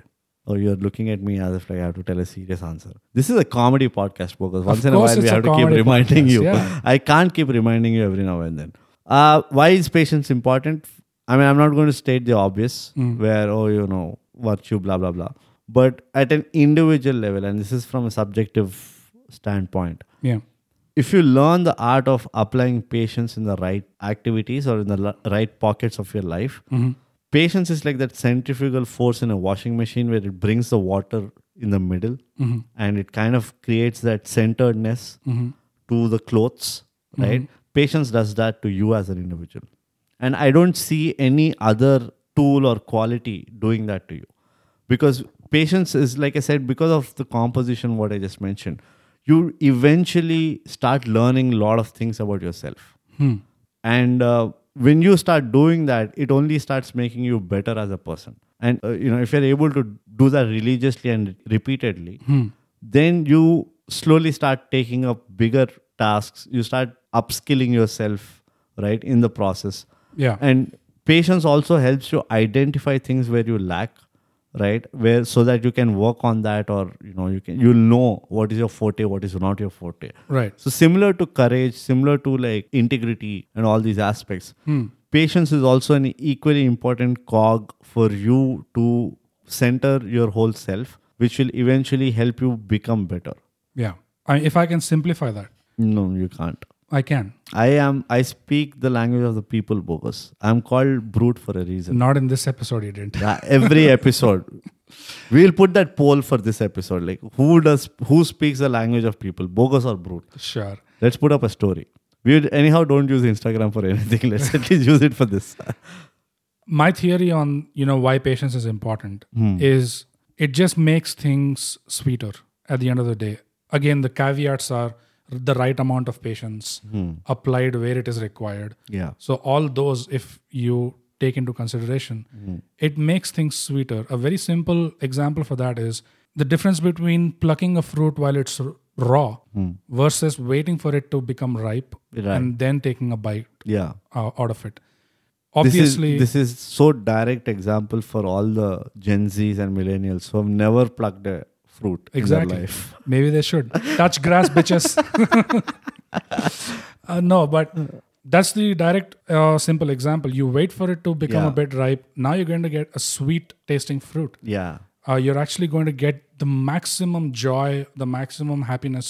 Or you're looking at me as if like I have to tell a serious answer. This is a comedy podcast because once in a
course
while we
it's a
have to keep
comedy
reminding
podcast,
you.
yeah.
I can't keep reminding you every now and then. Uh, why is patience important? I mean, I'm not going to state the obvious
Mm.
where oh you know virtue blah blah blah. But at an individual level, and this is from a subjective standpoint,
Yeah.
if you learn the art of applying patience in the right activities or in the li- right pockets of your life, patience is like that centrifugal force in a washing machine where it brings the water in the middle and it kind of creates that centeredness to the clothes, right? Patience does that to you as an individual. And I don't see any other tool or quality doing that to you because patience is like i said because of the composition what i just mentioned you eventually start learning a lot of things about yourself and uh, when you start doing that it only starts making you better as a person and uh, you know if you're able to do that religiously and repeatedly then you slowly start taking up bigger tasks you start upskilling yourself right in the process
Yeah.
and patience also helps you identify things where you lack right where so that you can work on that or you know you can you'll know what is your forte what is not your forte
right.
so similar to courage similar to like integrity and all these aspects patience is also an equally important cog for you to center your whole self which will eventually help you become better
Yeah. I, if I can simplify that,
no you can't
I can.
I am. I speak the language of the people. Bogus. I'm called brute for a reason.
Not in this episode, you didn't.
Yeah, every episode. We'll put that poll for this episode. Like, who does who speaks the language of people, bogus or brute?
Sure.
Let's put up a story. We would- anyhow don't use Instagram for anything. Let's at least use it for this.
My theory on you know why patience is important
Hmm.
is it just makes things sweeter at the end of the day. Again, the caveats are the right amount of patience applied where it is required.
Hmm. Yeah.
So all those, if you take into consideration,
Hmm.
it makes things sweeter. A very simple example for that is the difference between plucking a fruit while it's r- raw versus waiting for it to become ripe
Hmm. Right.
and then taking a bite
Yeah.
uh, out of it.
This is,
Obviously,
this is so direct example for all the Gen Zs and millennials who have never plucked a fruit in
exactly.
their life.
Maybe they should touch grass, bitches. uh, no, but that's the direct, uh, simple example. You wait for it to become a
Yeah.
bit ripe. Now you're going to get a sweet tasting fruit.
Yeah.
uh, you're actually going to get the maximum joy, the maximum happiness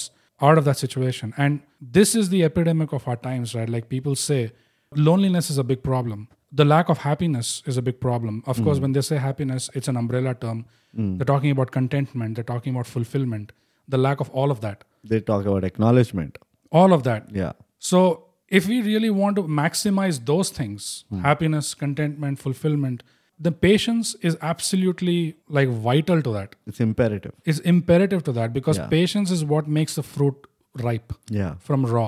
out of that situation. And this is the epidemic of our times, right? Like people say, loneliness is a big problem. The lack of happiness is a big problem. Of course, when they say happiness, it's an umbrella term. They're talking about contentment, they're talking about fulfillment, the lack of all of that.
They talk about acknowledgement.
All of that.
Yeah.
So, if we really want to maximize those things happiness, contentment, fulfillment the patience is absolutely like vital to that
It's imperative.
is imperative to that because
Yeah.
patience is what makes the fruit ripe
Yeah.
from raw.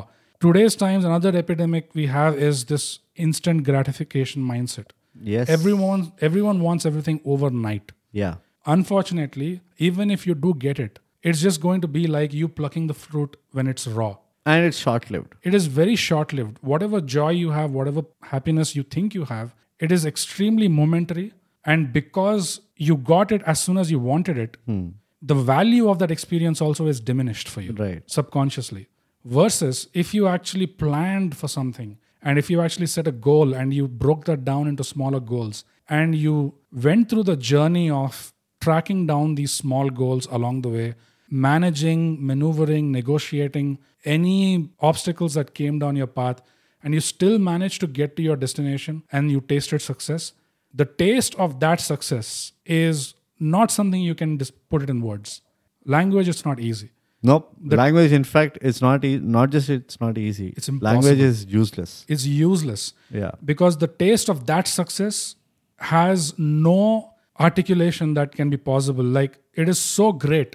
Today's times, another epidemic we have is this instant gratification mindset.
Yes.
Everyone, everyone wants everything overnight.
Yeah.
Unfortunately, even if you do get it, it's just going to be like you plucking the fruit when it's raw.
And it's short lived.
It is very short lived. Whatever joy you have, whatever happiness you think you have, it is extremely momentary. And because you got it as soon as you wanted it, the value of that experience also is diminished for you
Right.
subconsciously. Versus if you actually planned for something and if you actually set a goal and you broke that down into smaller goals and you went through the journey of tracking down these small goals along the way, managing, maneuvering, negotiating any obstacles that came down your path, and you still managed to get to your destination and you tasted success, the taste of that success is not something you can just put it in words. Language is not easy.
Nope. language, in fact, it's not e- not just it's not easy.
It's
language is useless.
It's useless.
Yeah.
because the taste of that success has no articulation that can be possible like it is so great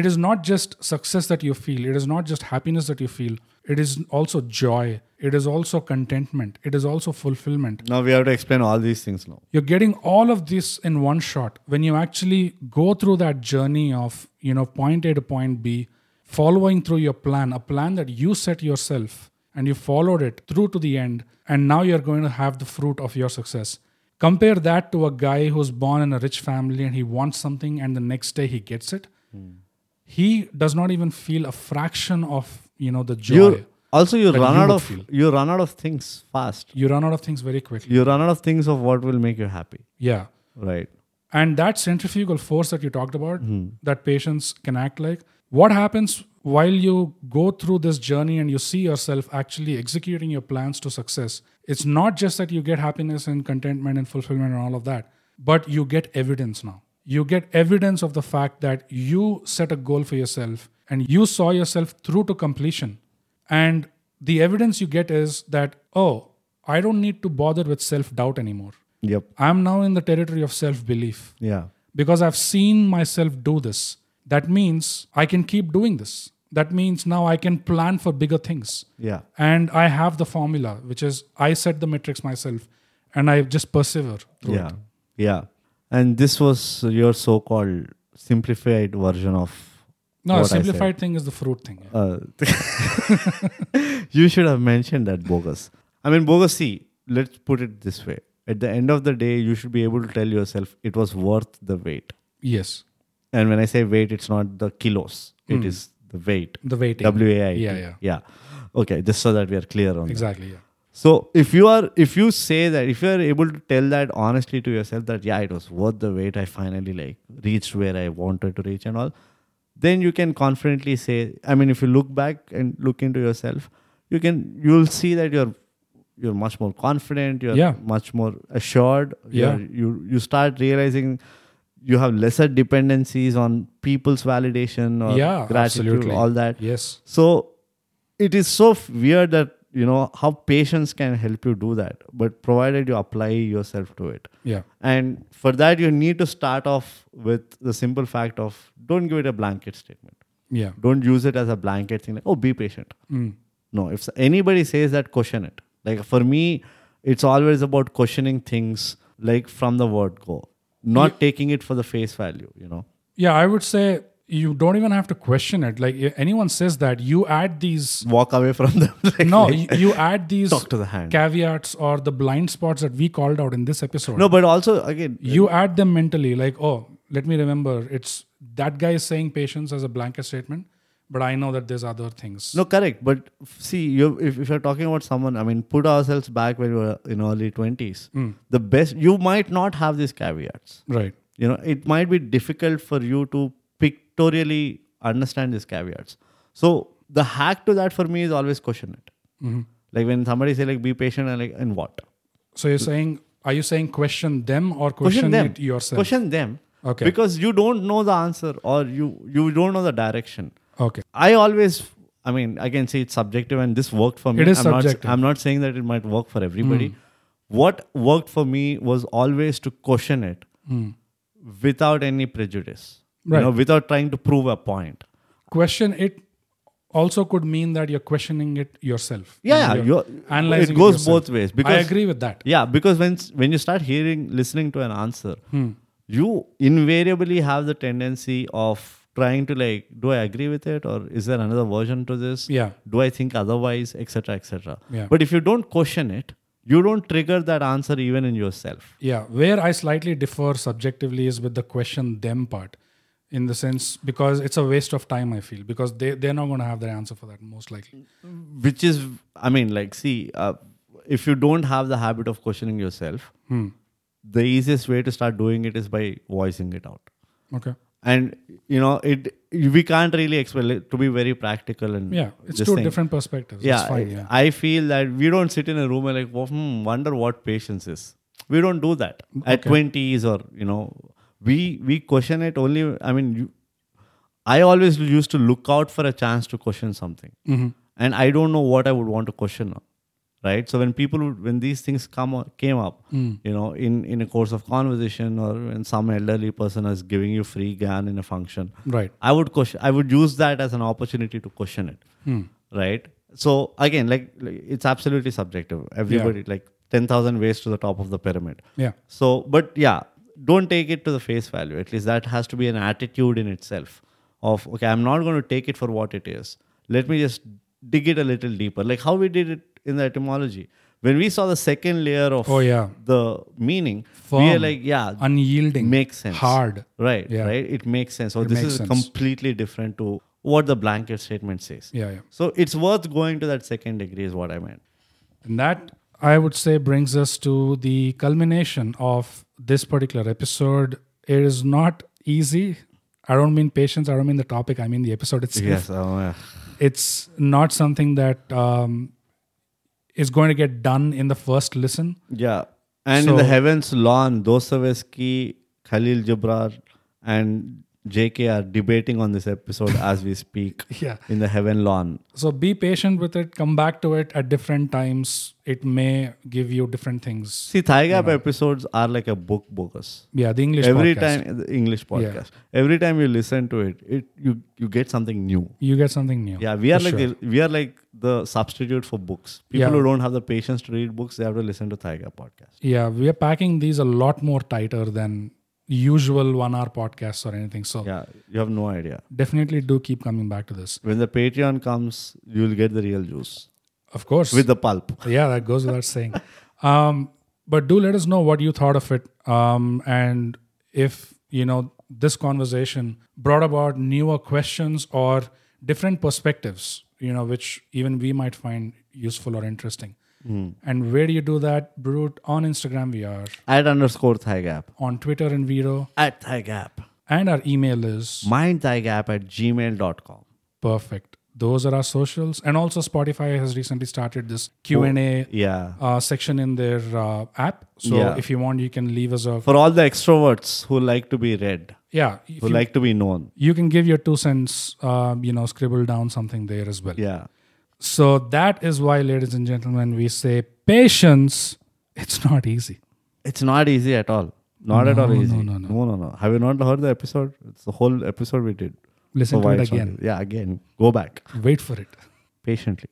it is not just success that you feel it is not just happiness that you feel it is also joy it is also contentment it is also fulfillment
Now we have to explain all these things now.
you're getting all of this in one shot when you actually go through that journey of you know point a to point b following through your plan a plan that you set yourself and you followed it through to the end and now you're going to have the fruit of your success compare that to a guy who's born in a rich family and he wants something and the next day he gets it he does not even feel a fraction of you know the joy
You
you,
also you
That
run
you
out
would
of
feel.
you run out of things fast.
run out of things very quickly
You run out of things of what will make you happy.
yeah
Right.
and that centrifugal force that you talked about that patients can act like what happens while you go through this journey and you see yourself actually executing your plans to success it's not just that you get happiness and contentment and fulfillment and all of that but you get evidence now you get evidence of the fact that you set a goal for yourself and you saw yourself through to completion and the evidence you get is that oh i don't need to bother with self doubt anymore
Yep.
I'm now in the territory of self belief
Yeah.
because I've seen myself do this. That means I can keep doing this. That means now I can plan for bigger things.
Yeah.
And I have the formula, which is I set the matrix myself and I just persevere through
Yeah.
it.
Yeah. And this was your so-called simplified version of
No,
what I
a
said.
simplified thing is the fruit thing.
Uh, you should have mentioned that bogus. I mean, bogus, see, let's put it this way. At the end of the day, you should be able to tell yourself it was worth the wait.
Yes,
And when I say weight, it's not the kilos, it is the weight.
Hmm. the waiting.
W A I. T.
Yeah, yeah.
Yeah. Okay, just so that we are clear on that.
Exactly. Yeah.
So if you are if you say that if you are able to tell that honestly to yourself that yeah it was worth the wait I finally like reached where I wanted to reach and all then you can confidently say I mean if you look back and look into yourself you can you'll see that you're you're much more confident you're
Yeah.
much more assured
Yeah.
You're- you you start realizing you have lesser dependencies on people's validation or
Yeah,
gratitude
absolutely.
all that
Yes.
so it is so f- weird that you know how patience can help you do that but provided you apply yourself to it
Yeah.
and for that you need to start off with the simple fact of don't give it a blanket statement
Yeah.
don't use it as a blanket thing like oh be patient
Mm.
no if anybody says that question it like for me it's always about questioning things like from the word go not taking it for the face value you know
Yeah. I would say you don't even have to question it. Like if anyone says that, you add these.
walk away from them like,
No,
like,
you, you add these
talk to the hand
caveats or the blind spots that we called out in this episode.
no but also again
you add them mentally like oh let me remember it's that guy is saying patience as a blanket statement but i know that there's other things
No, correct. But f- see, you if, if you're talking about someone, I mean, put ourselves back when we were in early 20s.
Hmm.
The best, you might not have these caveats.
right
You know, it might be difficult for you to pictorially understand these caveats. So the hack to that for me is always question it.
Mm-hmm.
Like when somebody say like, be patient, and like, and what?
so you're saying are you saying question them or question,
Question, them.
it yourself
Question them.
Okay.
Because you don't know the answer or you you don't know the direction.
okay
I always, I mean, I can say it's subjective, and this worked for me.
It is
I'm not-
subjective. Hmm.
I'm not saying that it might work for everybody. What worked for me was always to question it without any prejudice,
Hmm. Right.
you know, without trying to prove a point.
question it also could mean that you're questioning it yourself
Yeah,
You're
you're,
analyzing
it goes
yourself.
both ways.
i
Because
agree with that
yeah, because when s- when you start hearing, listening to an answer,
Hmm.
you invariably have the tendency of trying to like, do I agree with it, or is there another version to this?
yeah
do i think otherwise etc etc
Yeah.
but if you don't question it you don't trigger that answer even in yourself
yeah where i slightly differ subjectively is with the question them part in the sense because it's a waste of time i feel because they, they're not going to have their answer for that most likely
which is i mean like see uh, if you don't have the habit of questioning yourself
Hmm.
the easiest way to start doing it is by voicing it out
okay
and you know it we can't really explain it to be very practical and
Yeah, it's
this
two
thing.
different perspectives.
yeah,
it's fine. Yeah,
I, I feel that we don't sit in a room and like "Wo- hmm, wonder what patience is we don't do that at 20s or you know we we question it only i mean you, i always used to look out for a chance to question something
Mm-hmm.
and i don't know what i would want to question now, right so when people would, when these things come up- came up
Mm.
you know in in a course of conversation or when some elderly person is giving you free gan in a function
right.
I would question. I would use that as an opportunity to question it.
Hmm.
Right. So again, like, like, it's absolutely subjective. Everybody like ten thousand ways to the top of the pyramid.
Yeah,
So, but yeah, don't take it to the face value. At least that has to be an attitude in itself. Of okay, I'm not going to take it for what it is. Let me just dig it a little deeper. Like how we did it in the etymology when we saw the second layer of
Oh, yeah.
the meaning. We are
Firm.
like yeah,
unyielding,
makes sense.
hard.
Right,
Yeah.
right. It makes sense. So this
makes
is
sense.
completely different to what the blanket statement says.
Yeah, yeah.
So it's worth going to that second degree, is what I meant.
And that I would say brings us to the culmination of this particular episode. It is not easy. I don't mean patience. I don't mean the topic. I mean the episode itself.
Oh, yeah.
It's not something that um, is going to get done in the first listen.
Yeah. And in
So-
the heavens, Lon Dostoevsky, Khalil Gibran, and JK are debating on this episode as we speak.
Yeah.
In the heaven lawn.
So be patient with it. Come back to it at different times. It may give you different things.
See, Thigh Gap episodes are like a book bogus.
Yeah, the English
Every
podcast.
time the English podcast. Every time you listen to it, it you you get something new.
you get something new.
Yeah, we are
For
like
sure.
the, we are like the substitute for books. People
Yeah.
who don't have the patience to read books, they have to listen to Thaiga podcast.
yeah, we are packing these a lot more tighter than usual one-hour podcasts or anything. So
Yeah, you have no idea.
definitely do keep coming back to this.
When the Patreon comes, you'll get the real juice
Of course.
with the pulp.
yeah, that goes without saying. Um, but do let us know what you thought of it, um, and if you know this conversation brought about newer questions or different perspectives, you know, which even we might find useful or interesting.
Hmm.
And where do you do that, Brute? On Instagram, we are
At underscore Thigh Gap.
on Twitter and Vero,
At Thigh Gap.
and our email is
Mind Thigh Gap at gmail.com.
perfect. those are our socials and also spotify has recently started this q&a
Yeah.
uh, section in their uh, app so
Oh. Yeah.
if you want you can leave us a
For all the extroverts who like to be read,
yeah if
who
you,
like to be known.
you can give your two cents uh, you know scribble down something there as well
Yeah.
so that is why ladies and gentlemen we say patience it's not easy
It's not easy at all. Not at all
No, no,
easy.
no, no.
no, no. Have you not heard the episode? It's the whole episode we did.
Listen
So
to
why
it
it's not
again.
easy. Yeah, again. Go back
wait for it
patiently.